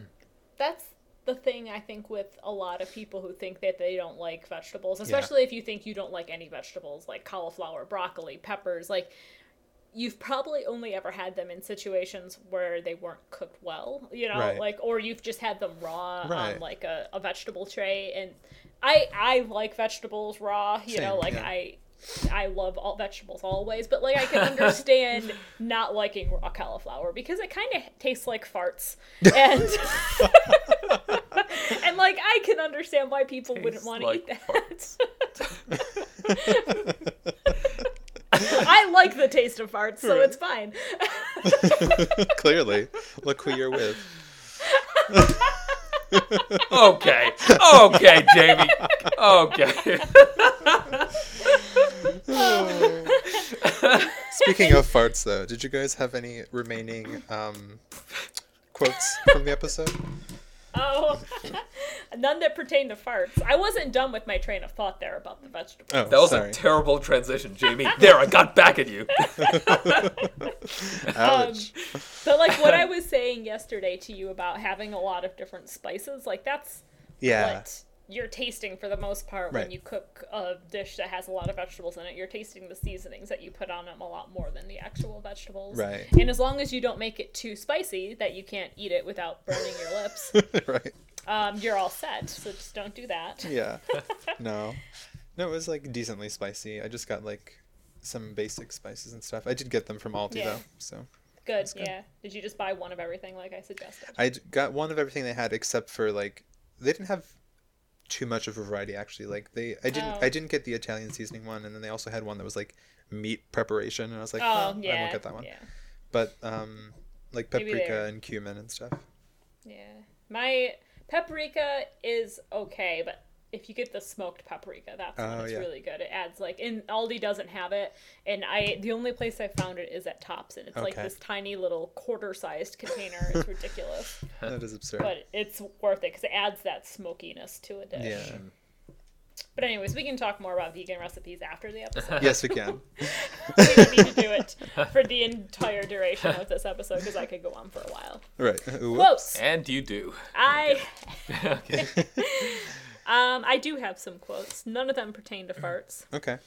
B: That's the thing I think with a lot of people who think that they don't like vegetables, especially if you think you don't like any vegetables like cauliflower, broccoli, peppers, like you've probably only ever had them in situations where they weren't cooked well, you know,
A: Right.
B: like or you've just had them raw on
A: Right.
B: like a, a vegetable tray and I I like vegetables raw, you know,
A: Same,
B: like
A: yeah.
B: I I love all vegetables always, but like I can understand not liking raw cauliflower because it kind of tastes like farts, and and like I can understand why people wouldn't
C: Tastes
B: want to
C: like
B: eat that.
C: farts.
B: I like the taste of farts, so
A: Right.
B: it's fine.
A: Clearly. Look who you're with.
C: okay. Okay, Jamie. Okay.
A: Speaking of farts, though, did you guys have any remaining um, quotes from the episode?
B: Oh, none that pertain to farts. I wasn't done with my train of thought there about the vegetables.
A: Oh,
C: That was
A: sorry.
C: a terrible transition, Jamie. There, I got back at you.
A: Ouch.
B: Um, But like what I was saying yesterday to you about having a lot of different spices, like that's
A: yeah.
B: what you're tasting for the most part when
A: Right.
B: you cook a dish that has a lot of vegetables in it. You're tasting the seasonings that you put on them a lot more than the actual vegetables.
A: Right.
B: And as long as you don't make it too spicy that you can't eat it without burning your lips,
A: right.
B: um, you're all set. So just don't do that.
A: Yeah. No. No, it was like decently spicy. I just got like some basic spices and stuff. I did get them from Aldi
B: Yeah.
A: though, so
B: Good,
A: good.
B: Yeah. Did you just buy one of everything like I suggested?
A: I d- got one of everything they had except for like they didn't have too much of a variety actually. Like they, I didn't,
B: Oh.
A: I didn't get the Italian seasoning one, and then they also had one that was like meat preparation, and I was like,
B: Oh,
A: "Well,
B: yeah.
A: I won't get that one.
B: Yeah.
A: but um like
B: Maybe
A: paprika
B: they're-
A: and cumin and stuff
B: Yeah. My paprika is okay, but if you get the smoked paprika, that's when
A: Oh,
B: it's
A: yeah.
B: really good. It adds like and Aldi doesn't have it and I the only place I found it is at Tops and it's like
A: Okay.
B: this tiny little quarter sized container. It's ridiculous.
A: that is absurd
B: But it's worth it because it adds that smokiness to a dish.
A: yeah
B: But anyways, we can talk more about vegan recipes after the episode.
A: yes we can
B: we don't need to do it for the entire duration of this episode because I could go on for a while.
A: right Ooh,
B: Quotes.
C: And you do.
B: I
C: Okay.
B: um I do have some quotes. None of them pertain to farts.
A: okay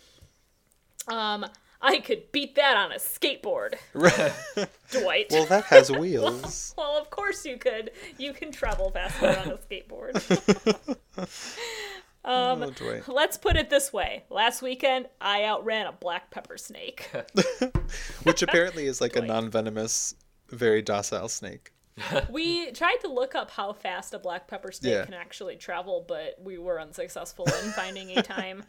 B: Um I could beat that on a skateboard,
A: right
B: Dwight.
A: well that has wheels
B: Well, of course you could. You can travel faster on a skateboard. Um,
A: oh, Dwight.
B: Let's put it this way. Last weekend, I outran a black pepper snake.
A: which apparently is like a
B: Dwight.
A: non-venomous very docile snake
B: We tried to look up how fast a black pepper snake
A: Yeah.
B: can actually travel, but we were unsuccessful in finding a time.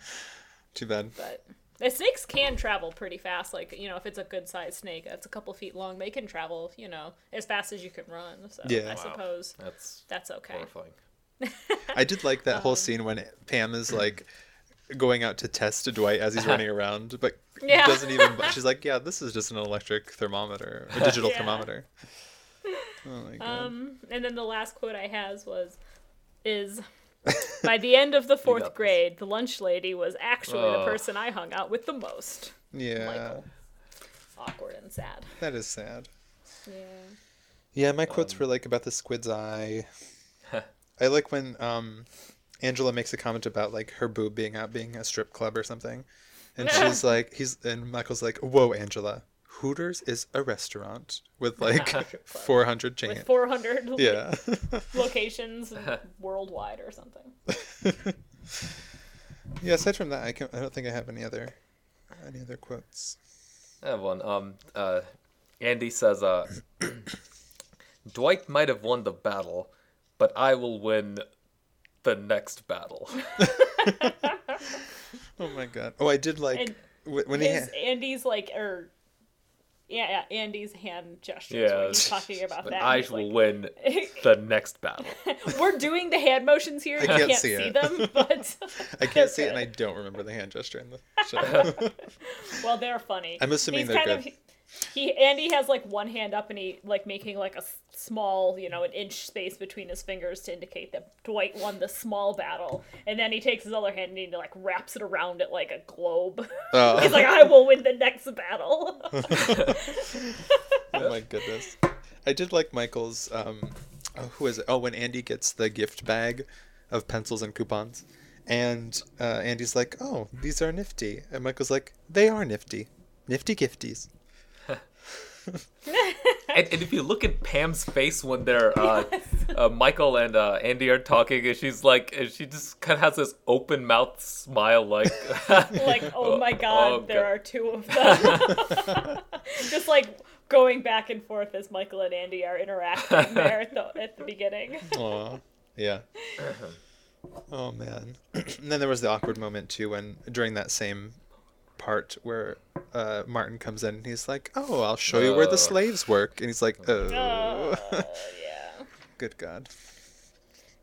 A: too bad
B: But the snakes can travel pretty fast. Like you know, if it's a good sized snake that's a couple feet long, they can travel. You know, as fast as you can run. So
A: Yeah. Wow.
B: I suppose
C: That's
B: that's okay.
C: horrifying.
A: i did like that
B: Um,
A: whole scene when pam is like going out to test dwight as he's running around but
B: Uh-huh. Yeah.
A: doesn't even she's like yeah this is just an electric thermometer a digital
B: Yeah.
A: thermometer oh my god
B: Um, and then the last quote I has was, "Is." By the end of the
C: got
B: fourth
C: this.
B: grade, the lunch lady was actually the
C: Oh.
B: person I hung out with the most.
A: yeah
B: Michael. Awkward and sad.
A: that is sad
B: Yeah.
A: Yeah, my quotes were like about the squid's eye. I like when um, Angela makes a comment about like her boob being out being a strip club or something, and she's like, he's and Michael's like, "Whoa, Angela, Hooters is a restaurant with like
B: club.
A: 400 chain."
B: With 400 like,
A: yeah,
B: locations worldwide or something.
A: yeah. Aside from that, I can I don't think I have any other any other quotes.
C: I have one. Um, uh, Andy says, uh, Dwight might have won the battle, but I will win the next battle.
A: Oh my god. Oh, I did like
B: And
A: wh- when
B: His,
A: he.
B: Andy's like, or yeah, yeah, Andy's hand gestures
C: Yeah,
B: when he's talking about
C: but
B: that.
C: I
B: He's
C: will
B: like,
C: win the next battle.
B: We're doing the hand motions here. I
A: can't
B: you can't
A: see
B: see,
A: it.
B: them, but
A: I can't see it, and I don't remember the hand gesture in the show.
B: well, they're funny.
A: I'm assuming
B: he's
A: they're
B: kind
A: good.
B: Of, he Andy has like one hand up and he like making like a s- small, you know, an inch space between his fingers to indicate that Dwight won the small battle, and then he takes his other hand and he like wraps it around it like a globe.
A: Oh.
B: he's like, I will win the next battle.
A: oh my goodness. I did like Michael's. Um, oh, who is it? Oh, when Andy gets the gift bag of pencils and coupons, and uh, Andy's like, "Oh, these are nifty," and Michael's like, "They are nifty, nifty gifties."
C: and, and if you look at Pam's face when they're uh, uh, Michael and uh, Andy are talking, and she's like, and she just kind of has this open mouth smile, like,
B: like, oh my
C: oh,
B: god, there
C: God.
B: are two of them. Just like going back and forth as Michael and Andy are interacting there at the, at the beginning.
A: Aw, yeah. Oh man. and then there was the awkward moment too when during that same part where uh, Martin comes in and he's like, "Oh, I'll show you where
C: Oh.
A: the slaves work," and he's like, "Oh,
B: Uh, yeah.
A: good God,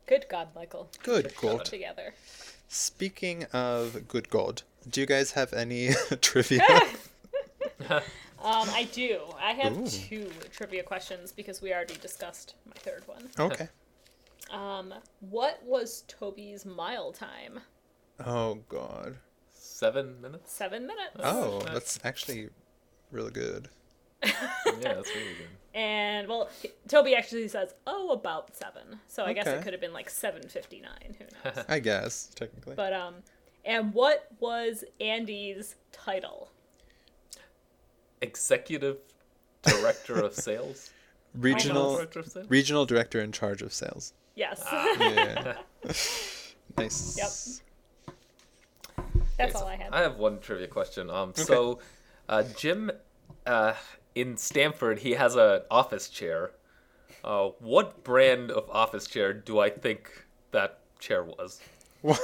B: Good God, Michael.
A: good God."
B: Together.
A: Speaking of good God, do you guys have any trivia?
B: Um, I do. I have
A: Ooh.
B: two trivia questions because we already discussed my third one.
A: okay.
B: Um, what was Toby's mile time?
A: Oh God.
C: seven minutes.
B: Seven minutes.
A: Oh, that's actually really good.
C: Yeah, that's really good.
B: And well, Toby actually says, "Oh, about seven. So I guess it
A: Okay.
B: could have been like seven fifty-nine. Who knows?
A: I guess technically.
B: But um, and what was Andy's title?
C: Executive director of sales. Regional
A: regional
C: director of sales.
A: regional director in charge of sales.
B: Yes,
A: Ah. Yeah. nice.
B: that's
C: Okay,
B: all
C: so
B: I had.
C: I have one trivia question. Um, so uh, Jim, uh, in Stanford, he has an office chair. Uh, what brand of office chair do I think that chair was?
A: What?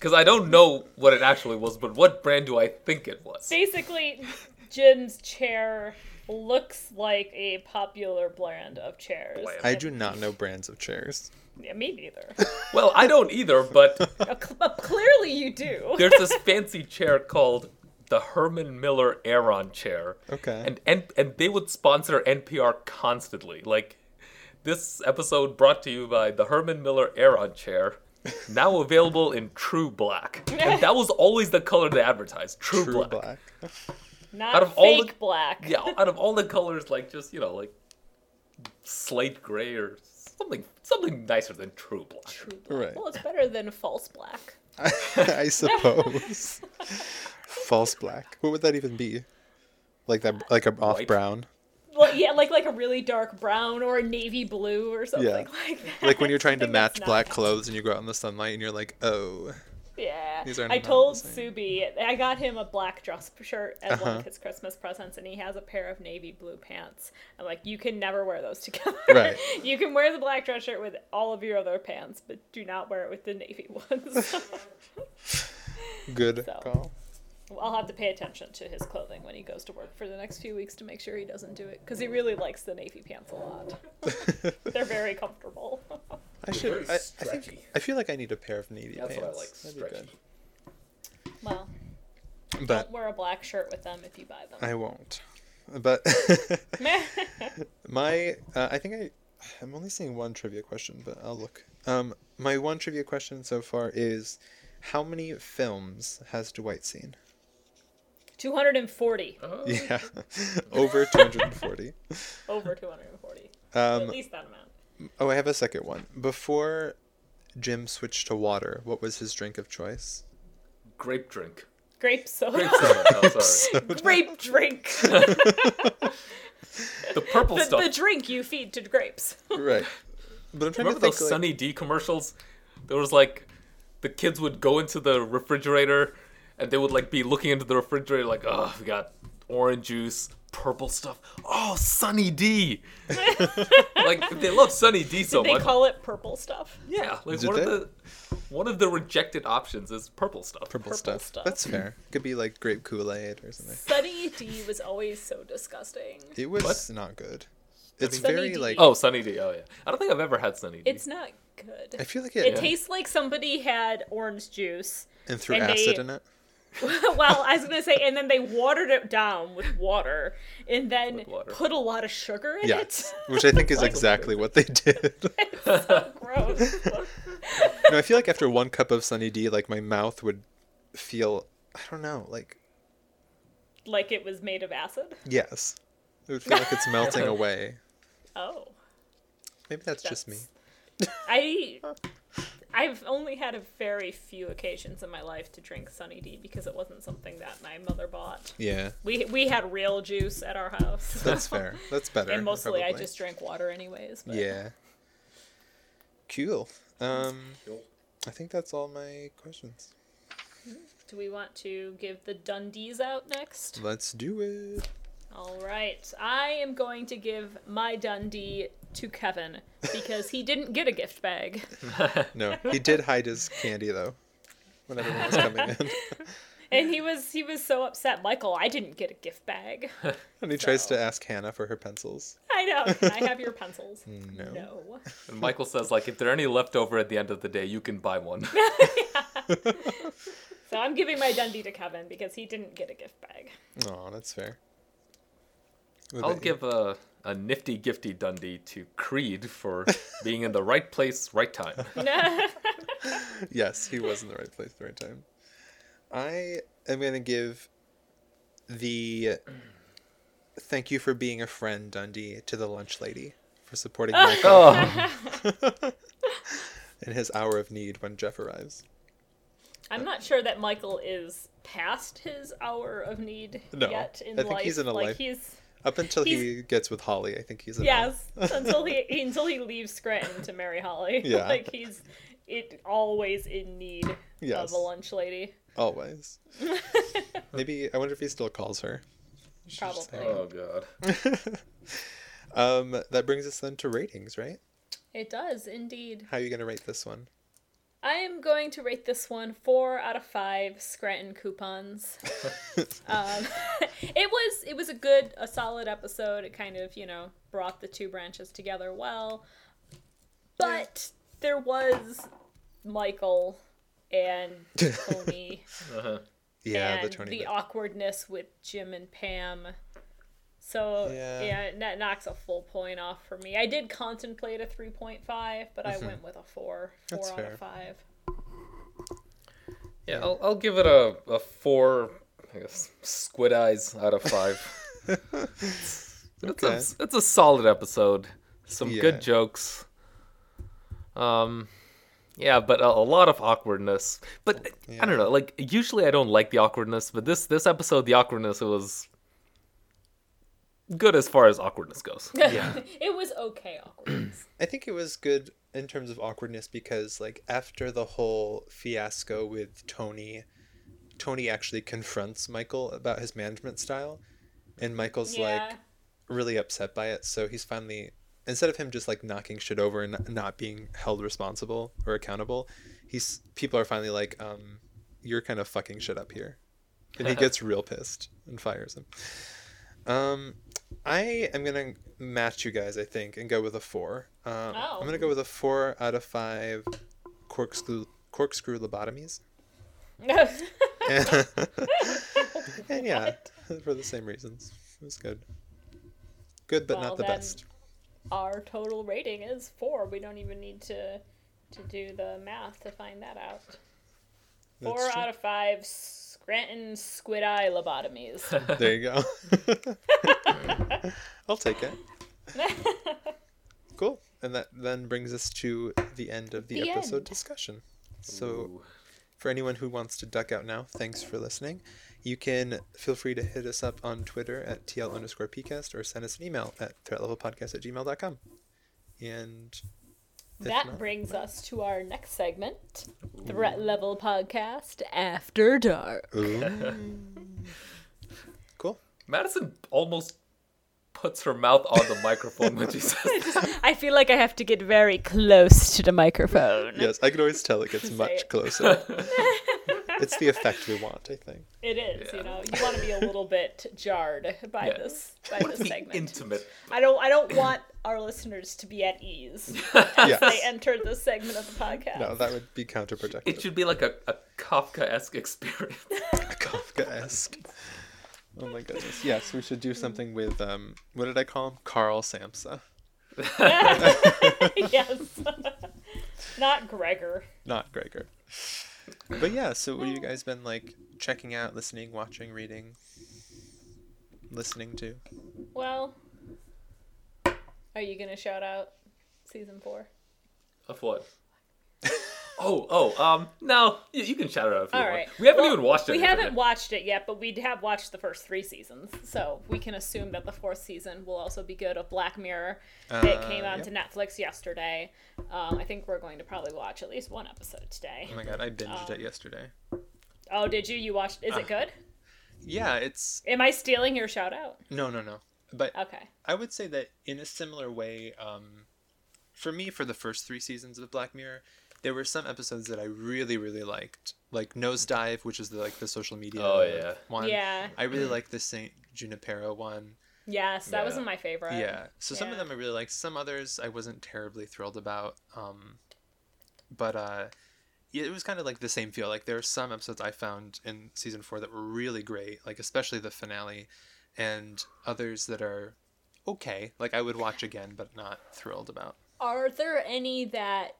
C: Because I don't know what it actually was, but what brand do I think it was?
B: Basically, Jim's chair looks like a popular brand of chairs.
C: Bland.
A: I do not know brands of chairs.
B: Yeah, me neither.
C: Well, I don't either, but
B: Uh, cl- but clearly, you do.
C: there's this fancy chair called the Herman Miller Aeron chair.
A: Okay.
C: And and and they would sponsor NPR constantly. Like this episode brought to you by the Herman Miller Aeron chair, now available in true black. And that was always the color they advertised, true,
A: True
C: black.
A: black.
B: Not
C: Out of
B: fake
C: all the-
B: black.
C: Yeah, out of all the colors like just, you know, like slate gray or something something nicer than true black.
B: True black.
A: Right.
B: Well, it's better than false black.
A: I suppose. False black. What would that even be? Like that like a off
C: White.
A: brown.
B: Well, yeah, like like a really dark brown or a navy blue or something
A: Yeah.
B: like that.
A: Like when you're trying to
B: Something that's
A: match
B: not
A: black
B: matched.
A: clothes and you go out in the sunlight and you're like, "Oh,
B: Yeah.
A: These are
B: I
A: not the
B: told
A: same.
B: Subi, I got him a black dress shirt as one
A: Uh-huh.
B: of his Christmas presents, and he has a pair of navy blue pants. I'm like, you can never wear those together.
A: Right.
B: you can wear the black dress shirt with all of your other pants, but do not wear it with the navy ones.
A: good
B: So.
A: call."
B: I'll have to pay attention to his clothing when he goes to work for the next few weeks to make sure he doesn't do it, because he really likes the navy pants a lot. They're very comfortable.
A: I should.
C: very
A: I, I, think,
C: stretchy.
A: I feel like I need a pair of navy
C: That's
A: pants.
C: what I like,
A: That'd be
C: stretchy.
B: well,
A: good.
B: don't
A: But
B: wear a black shirt with them if you buy them.
A: I won't. But my, uh, I think I, I'm only seeing one trivia question, but I'll look. Um, my one trivia question so far is, how many films has Dwight seen?
B: 240.
A: Yeah, over 240.
B: Over 240. At
A: Um,
B: least that amount.
A: oh, I have a second one. Before Jim switched to water, what was his drink of choice?
C: Grape drink.
B: Grape soda.
C: Grape soda. Oh, sorry.
B: Grape drink.
C: The purple
B: the,
C: stuff.
B: the drink you feed to grapes.
A: Right. But I'm trying
C: Remember
A: to think.
C: those
A: like-
C: Sunny D commercials? There was like the kids would go into the refrigerator and they would like be looking into the refrigerator like, oh, we got orange juice, purple stuff. Oh, Sunny D. like if they love Sunny D so
B: Did they
C: much.
B: call it purple stuff?
C: yeah, like
A: Did
C: one
A: they?
C: of the one of the rejected options is purple stuff.
A: Purple,
B: Purple
A: stuff.
B: stuff.
A: That's fair. Could be like grape Kool Aid or something.
B: Sunny D was always so disgusting.
A: It was
C: What?
A: not good. It's
B: Sunny
A: very
B: D.
A: like.
C: Oh, Sunny D. Oh yeah. I don't think I've ever had Sunny D.
B: It's not good.
A: I feel like
B: It
A: it,
B: tastes like somebody had orange juice.
A: and threw
B: and
A: acid
B: they-
A: in it.
B: well, I was gonna say, and then they watered it down with water, and then
C: With water.
B: put a lot of sugar in
A: Yeah,
B: it.
A: which I think is exactly what they did.
B: Gross.
A: no, I feel like after one cup of Sunny D, like my mouth would feel. I don't know. Like
B: like it was made of acid.
A: yes, it would feel like it's melting away.
B: Oh,
A: Maybe that's, just me.
B: I. I've only had a very few occasions in my life to drink Sunny D because it wasn't something that my mother bought.
A: Yeah,
B: We we had real juice at our house.
A: that's fair. That's better.
B: And mostly I
A: probably.
B: just drank water anyways. But
A: Yeah. Cool. Um, I think that's all my questions.
B: Do we want to give the Dundees out next?
A: Let's do it.
B: All right. I am going to give my Dundee to Kevin because he didn't get a gift bag.
A: No, he did hide his candy though. When everyone was coming in,
B: And he was he was so upset, Michael, I didn't get a gift bag.
A: and he tries to ask Hannah for her pencils.
B: I know. Can I have your pencils?
A: Mm, No.
B: No.
C: And Michael says like if there are any left over at the end of the day, you can buy one.
B: So I'm giving my Dundee to Kevin because he didn't get a gift bag.
A: Oh, that's fair. What
C: I'll
A: about you?
C: give a, a nifty gifty Dundee to Creed for being in the right place, right time.
A: Yes, he was in the right place at the right time. I am going to give the thank you for being a friend, Dundee, to the lunch lady for supporting Michael
C: Oh,
A: in his hour of need when Jeff arrives.
B: I'm not sure that Michael is past his hour of need
A: No.
B: yet in
A: I think
B: life.
A: he's in a
B: like
A: life-
B: he's
A: Up until he
B: He's-
A: gets with Holly, I think he's in
B: Yes, until he until he leaves Scranton to marry Holly.
A: Yeah.
B: like he's it always in need
A: Yes.
B: of a lunch lady.
A: always. Maybe I wonder if he still calls her.
B: Probably.
C: oh god.
A: Um, that brings us then to ratings, right?
B: It does indeed.
A: How are you going to rate this one?
B: I am going to rate this one four out of five Scranton coupons. um, it was it was a good a solid episode. It kind of you know brought the two branches together well, but there was Michael and Tony.
C: Uh-huh.
A: Yeah,
B: and
A: the
B: the,
A: Tony. bit.
B: awkwardness with Jim and Pam. So
A: Yeah.
B: yeah, it that knocks a full point off for me. I did contemplate a three point five, but I went with a four, four
A: Mm-hmm. That's
B: out
A: fair.
B: of five.
C: Yeah, I'll, I'll give it a, a four, I guess, squid eyes out of five.
A: Okay.
C: it's, a, it's a solid episode. Some
A: Yeah.
C: good jokes. Um, yeah, but a, a lot of awkwardness. But I don't know. Like usually I don't like the awkwardness, but this this episode the awkwardness was good as far as awkwardness goes.
A: Yeah.
B: it was okay awkwardness.
A: I think it was good in terms of awkwardness because like after the whole fiasco with Tony, Tony actually confronts Michael about his management style and Michael's
B: yeah.
A: like really upset by it. So he's finally instead of him just like knocking shit over and n- not being held responsible or accountable, he's people are finally like um you're kind of fucking shit up here. And he gets real pissed and fires him. Um I am gonna match you guys, I think, and go with a four. Um,
B: Oh.
A: I'm gonna go with a four out of five corkscrew corkscrew lobotomies, and, and yeah, for the same reasons. It was good, good but
B: Well,
A: not the
B: then-
A: best.
B: Our total rating is four. We don't even need to to do the math to find that out. Four
A: That's true.
B: out of five Scranton squid eye lobotomies.
A: There you go. I'll take it. Cool. And that then brings us to the end of the,
B: The
A: episode
B: end.
A: discussion. So, for anyone who wants to duck out now, thanks for listening. You can feel free to hit us up on Twitter at TL underscore PCast or send us an email at threatlevelpodcast at gmail.com. And if
B: That
A: not-
B: brings us to our next segment, Threat Level Podcast After Dark.
A: Ooh. cool.
C: Madison almost puts her mouth on the microphone when she says that.
B: I feel like I have to get very close to the microphone.
A: Yes, I can always tell it gets much
B: it.
A: closer. it's the effect we want, I think.
B: It is,
C: Yeah.
B: you know, you want to be a little bit jarred by
C: Yeah.
B: this by this
C: Be
B: segment.
C: intimate.
B: I don't I don't want our listeners to be at ease
A: yes.
B: as they enter this segment of the podcast.
A: No, that would be
C: It
A: counterproductive.
C: should be like a, a Kafka-esque experience.
A: Kafka esque. Oh my goodness. Yes, we should do something with um what did I call him? Carl Samsa.
B: yes. Not Gregor.
A: Not Gregor. But yeah, so what have you guys been like checking out, listening, watching, reading? Listening to?
B: Well, are you going to shout out season 4?
C: Of what? oh, oh, um, no, you, you can shout it out if you
B: All
C: want.
B: right.
C: We haven't
B: Well,
C: even watched it.
B: We
C: yet,
B: haven't
C: but-
B: watched it yet, but we have watched the first three seasons, so we can assume that the fourth season will also be good. Of Black Mirror, it
A: Uh,
B: came
A: yeah.
B: onto Netflix yesterday. Um, I think we're going to probably watch at least one episode today.
A: Oh my god, I binged
B: Um,
A: it yesterday.
B: Oh, did you? You watched?
A: Uh.
B: Is it good?
A: Yeah, it's
B: Am I stealing your shout out?
A: no no no. But
B: Okay.
A: I would say that in a similar way, um, for me, for the first three seasons of Black Mirror, there were some episodes that I really, really liked, like Nosedive, which is the, like the social media
C: Oh, yeah.
A: one.
B: Yeah.
A: I really like the Saint Junipero one.
B: Yes, that
C: Yeah.
B: wasn't my favorite.
A: Yeah. So some of
B: Yeah.
A: them I really liked. Some others I wasn't terribly thrilled about. Um, but uh, yeah, it was kind of like the same feel. Like there are some episodes I found in season four that were really great, like especially the finale, and others that are okay. Like I would watch again, but not thrilled about.
B: Are there any that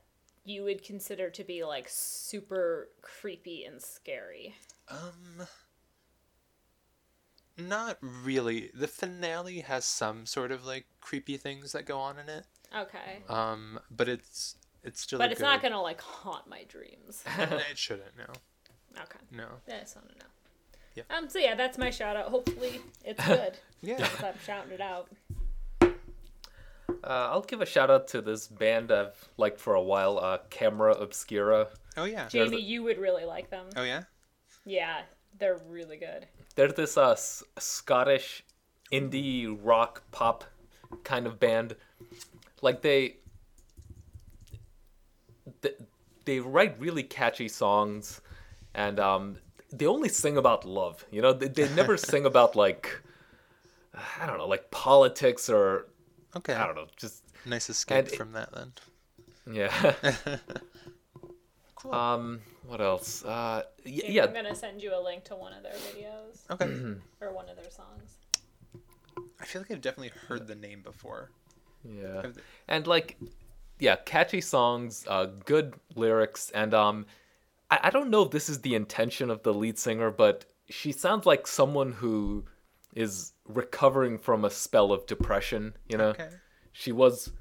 B: you would consider to be like super creepy and scary?
A: Um, not really. The finale has some sort of like creepy things that go on in it.
B: Okay.
A: Um, but it's it's still.
B: But it's not
A: good-
B: gonna like haunt my dreams.
A: It shouldn't. No.
B: Okay.
A: No.
B: That's not enough.
A: Yeah.
B: Um. So yeah, that's my shout out. Hopefully it's good.
A: Yeah.
B: so I'm shouting it out.
C: Uh, I'll give a shout out to this band I've liked for a while, uh, Camera Obscura.
A: Oh yeah.
C: There's
B: Jamie,
C: a-
B: you would really like them.
A: Oh yeah.
B: Yeah, they're really good.
C: They're this uh, S- Scottish indie rock pop kind of band. Like they, they, they write really catchy songs, and um, they only sing about love. You know, they, they never sing about like, I don't know, like politics or
A: Okay.
C: I don't know, just
A: Nice escape
C: it-
A: from that then.
C: yeah.
A: Cool.
C: um, what else? Uh, y-
B: Jamie,
C: yeah,
B: I'm gonna send you a link to one of their videos
A: okay.
B: or one of their songs.
A: I feel like I've definitely heard the name before.
C: Yeah.
A: Have the-
C: And like yeah, catchy songs, uh good lyrics and um I, I don't know if this is the intention of the lead singer, but she sounds like someone who is recovering from a spell of depression, you know?
A: Okay.
C: She was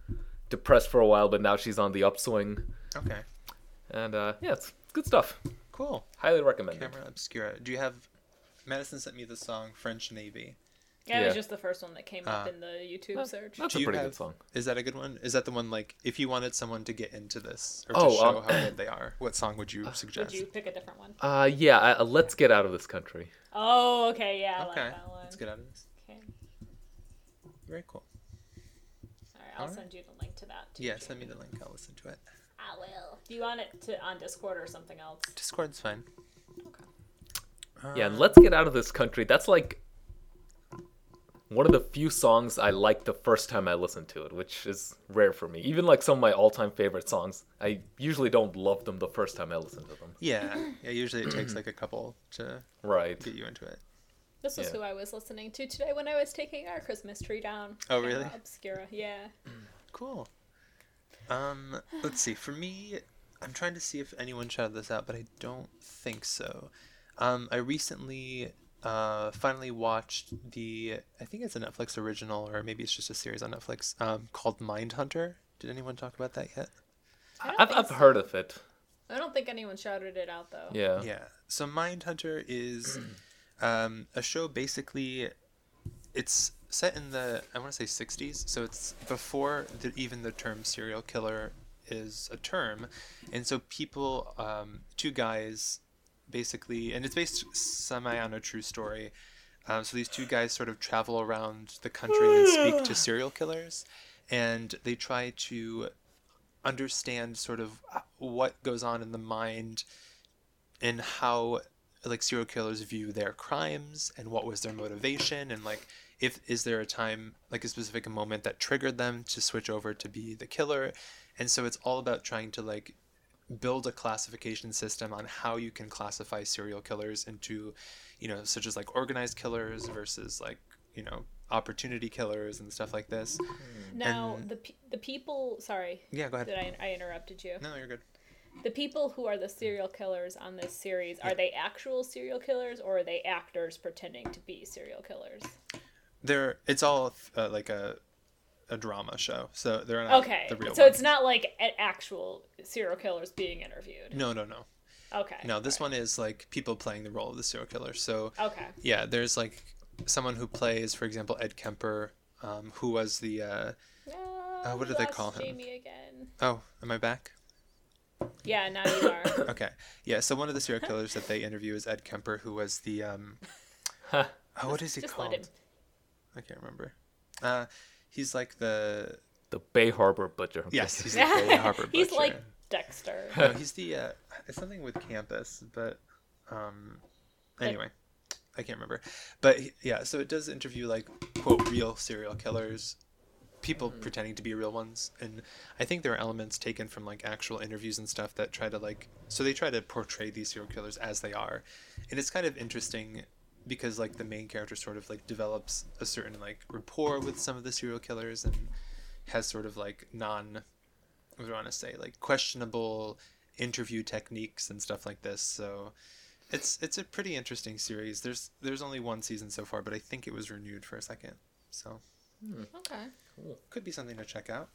C: depressed for a while, but now she's on the upswing.
A: Okay.
C: And uh yeah, it's it's good stuff.
A: Cool.
C: Highly recommend. it.
A: Camera obscura. Do you have? Madison sent me the song French Navy.
B: Yeah, it was
C: Yeah.
B: just the first one that came up
A: Uh,
B: in the YouTube search.
C: That's
A: Do
C: a
A: you
C: pretty
A: have-
C: good song.
A: Is that a good one? Is that the one like if you wanted someone to get into this or to
C: Oh,
A: show
C: um,
A: how good they are, what song would you
B: Would
A: suggest?
B: you pick a different one?
C: Uh yeah, I, uh, let's get out of this country.
B: Oh, okay, yeah, I
A: okay,
B: like that one.
A: let's get out of this.
B: Okay.
A: Very cool.
B: All right, I'll
A: Alright.
B: send you the link to that. Too,
A: Yeah,
B: Jamie.
A: send me the link. I'll listen to it.
B: I will. Do you want it to on Discord or something else?
A: Discord's fine.
B: Okay.
C: Yeah,
A: Uh,
C: and let's get out of this country. That's like one of the few songs I liked the first time I listened to it, which is rare for me. Even like some of my all-time favorite songs, I usually don't love them the first time I listen to them.
A: Yeah, yeah. Usually it takes like a couple to
C: Right.
A: get you into it.
B: This was
C: Yeah.
B: who I was listening to today when I was taking our Christmas tree down.
A: Oh,
B: Kinda
A: really?
B: Obscura, yeah.
A: Cool. Um, let's see. For me, I'm trying to see if anyone shouted this out, but I don't think so. Um, I recently uh, finally watched the I think it's a Netflix original or maybe it's just a series on Netflix um, called Mindhunter. Did anyone talk about that yet?
B: I don't,
C: I've,
B: think,
C: I've heard of it.
B: I don't think anyone shouted it out though.
C: Yeah.
A: Yeah. So Mindhunter is um, a show basically it's set in the I want to say 60s, so it's before the, even the term serial killer is a term. And so people um, two guys basically and it's based semi on a true story. Um, so these two guys sort of travel around the country and speak to serial killers, and they try to understand sort of uh, what goes on in the mind and how like serial killers view their crimes and what was their motivation and like if is there a time like a specific moment that triggered them to switch over to be the killer and so it's all about trying to like build a classification system on how you can classify serial killers into you know such as like organized killers versus like you know opportunity killers and stuff like this
B: Now
A: And-
B: the pe- the people. Sorry,
A: yeah go ahead
B: that I, I interrupted you.
A: no you're good
B: The people who are the serial killers on this series are they actual serial killers or are they actors pretending to be serial killers?
A: they're it's all uh, like a a drama show so they're not
B: Okay,
A: Uh, the real
B: so
A: ones.
B: it's not like a- actual serial killers being interviewed.
A: no no no
B: Okay.
A: no this one is like people playing the role of the serial killer so
B: Okay.
A: yeah there's like someone who plays for example ed kemper um, who was the uh,
B: Uh,
A: what do
B: we
A: they
B: lost
A: call him?
B: Jamie again.
A: oh am i back
B: Yeah, now you are.
A: okay yeah so one of the serial killers that they interview is ed kemper who was the um
C: Huh.
A: oh what is he
B: Just
A: called
B: let him.
A: i can't remember uh he's like the
C: The Bay Harbor Butcher.
A: yes he's like the
B: Yeah,
A: harbor
B: he's
A: butcher.
B: like Dexter.
A: no, he's the uh, it's something with campus, but um, anyway, I can't remember. But he- yeah, so it does interview like quote real serial killers, people pretending to be real ones, and I think there are elements taken from like actual interviews and stuff that try to like so they try to portray these serial killers as they are, and it's kind of interesting because like the main character sort of like develops a certain like rapport with some of the serial killers and has sort of like non what do I want to say, like questionable interview techniques and stuff like this. So it's it's a pretty interesting series. There's there's only one season so far, but I think it was renewed for a second. So
B: Okay.
A: could be something to check out.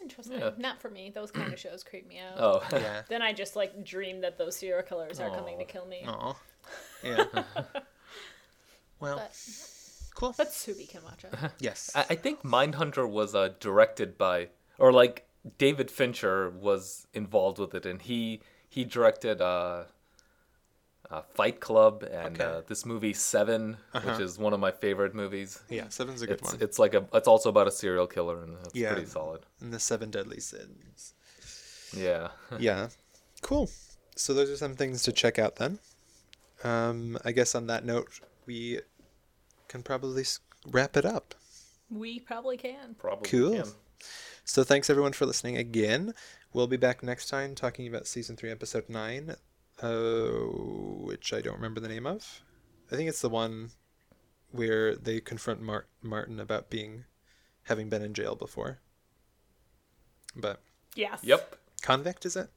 B: Interesting.
C: Yeah.
B: Not for me. Those kind of shows creep me out.
C: Oh.
A: Yeah.
B: Then I just like dream that those serial killers are coming to
C: Aw.
B: kill me.
A: Aw. Yeah. well,
B: But
A: cool.
B: but Subi can watch it.
A: Yes.
C: I, I think Mindhunter was uh, directed by, or like David Fincher was involved with it, and he he directed uh, uh, Fight Club and
A: Okay. Uh-huh.
C: uh, this movie 7 which is one of my favorite movies.
A: yeah, seven's a good
C: It's
A: one.
C: it's like a it's also about a serial killer, and it's
A: Yeah.
C: pretty solid.
A: and the seven deadly sins.
C: Yeah.
A: yeah. Cool. So those are some things to check out then. Um, I guess on that note, we can probably s- wrap it up.
B: we probably can.
C: Probably.
A: Cool.
C: him.
A: So thanks everyone for listening again. We'll be back next time talking about season three, episode nine, uh, which I don't remember the name of. I think it's the one where they confront Mar- Martin about being having been in jail before. But
B: Yes.
C: Yep.
A: convict is it?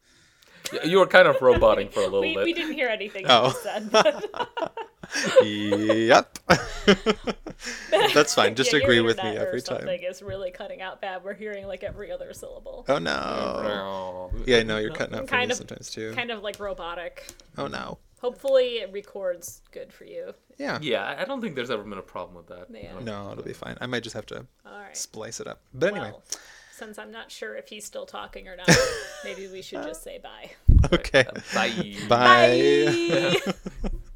C: Y- You were kind of roboting for a little
B: We,
C: bit.
B: we didn't hear anything
A: Oh.
B: you said. but-
A: yep. That's fine. Just
B: Yeah, your
A: agree with me
B: internet or
A: every
B: something
A: time.
B: is really cutting out bad. We're hearing like every other syllable.
A: Oh no. Yeah, no, you're cutting out for
B: Kind
A: me
B: of-
A: sometimes too.
B: Kind of like robotic.
A: Oh no.
B: Hopefully it records good for you.
A: Yeah.
C: Yeah, I- I don't think there's ever been a problem with that.
B: Yeah.
A: No, it'll be fine. I might just have to
B: All right.
A: splice it up. But anyway.
B: Well, since I'm not sure if he's still talking or not, maybe we should just say bye.
A: Okay.
C: Bye.
A: Bye.
B: Bye.